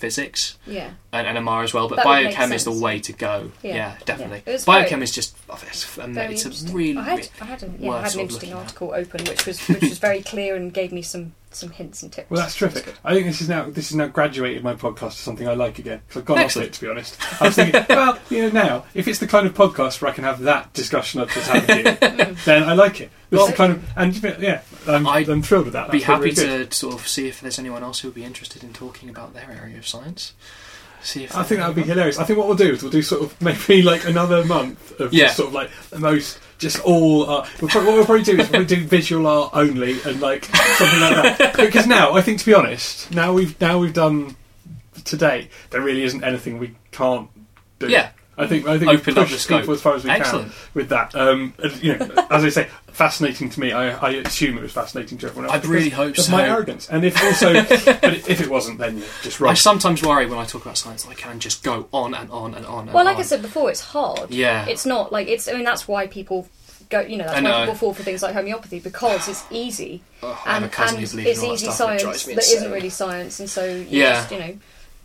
biophysics
Yeah.
and NMR as well, but
That would make
biochem is the
sense.
way to go. Yeah,
Yeah.
definitely.
It was
Biochem
very-
is just oh, it's, am-
Very
it's a
interesting.
really
I had, I had, an, yeah, I
worth
had an
sort of
interesting
looking at.
article open, which was which was very clear and gave me some some hints and tips.
Well, that's terrific. I think this is now this has now graduated my podcast to something I like again because I've gone off
Excellent.
it. To be honest, I was thinking, (laughs) well, you know, now if it's the kind of podcast where I can have that discussion I've just had (laughs) with
Mm.
(laughs)
you, then I like it. This is the kind of and yeah, I'm,
I'd
I'm thrilled with that.
be
That's been
happy
really good.
to sort of see if there's anyone else who would be interested in talking about their area of science. See if
I think that would be hilarious. I think what we'll do is we'll do sort of maybe like another month of
Yeah.
just sort of like the most just all art. We'll probably, what we'll probably do is we'll do visual art only and like something like
(laughs)
that. Because now I think to be honest, now we've now we've done today, there really isn't anything we can't do.
Yeah.
I think I think
Opened
we've
up
pushed
the scope.
people as far as we
Excellent.
can with that. Um, and, you know, as I say, fascinating to me. I, I assume it was fascinating to everyone else.
I
because
really hope
of
so.
my arrogance, and if also,
(laughs)
but if it wasn't, then you're just
I
right.
sometimes worry when I talk about science that I can just go on and on and on. And
Well, like I
on.
said before, it's hard.
Yeah.
It's not like it's. I mean, that's why people go. You know, that's
I
why
know.
people fall for things like homeopathy because it's easy
Ugh, I have
and,
a cousin
and
who
it's
believes in all
easy
that stuff. and
science
it drives me
that
insane.
isn't really science, and so you
Yeah.
just you know,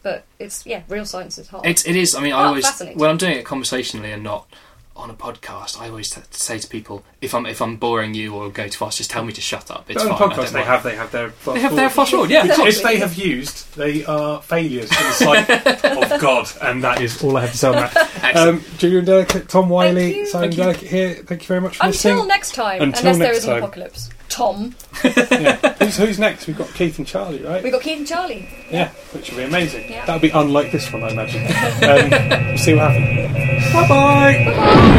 but it's yeah, real science is hard.
It's it is. I mean, I
Oh,
always
fascinating.
when I'm doing it conversationally and not on a podcast, I always t- say to people if I'm if I'm boring you or go too fast, just tell me to shut up. It's
But on
fine. I
podcasts,
don't
they
mind.
have they have their
they have their fast forward. Yeah, of
Which,
course.
if they have used, they are failures in the sight
(laughs)
of God, and that is all I have to say on that.
Excellent.
Um, Julian Delicate, Tom Wiley,
you.
Simon
Thank you.
Delicate here. Thank you very much for
until
listening.
next time,
Until
unless there
next
is
time.
an apocalypse. Tom,
(laughs)
Yeah. who's, who's next? We've got Keith and Charlie, right?
we got Keith and Charlie.
Yeah, which would be amazing.
Yeah.
(laughs)
That would be unlike this one, I imagine. um, we'll see what happens. Bye bye.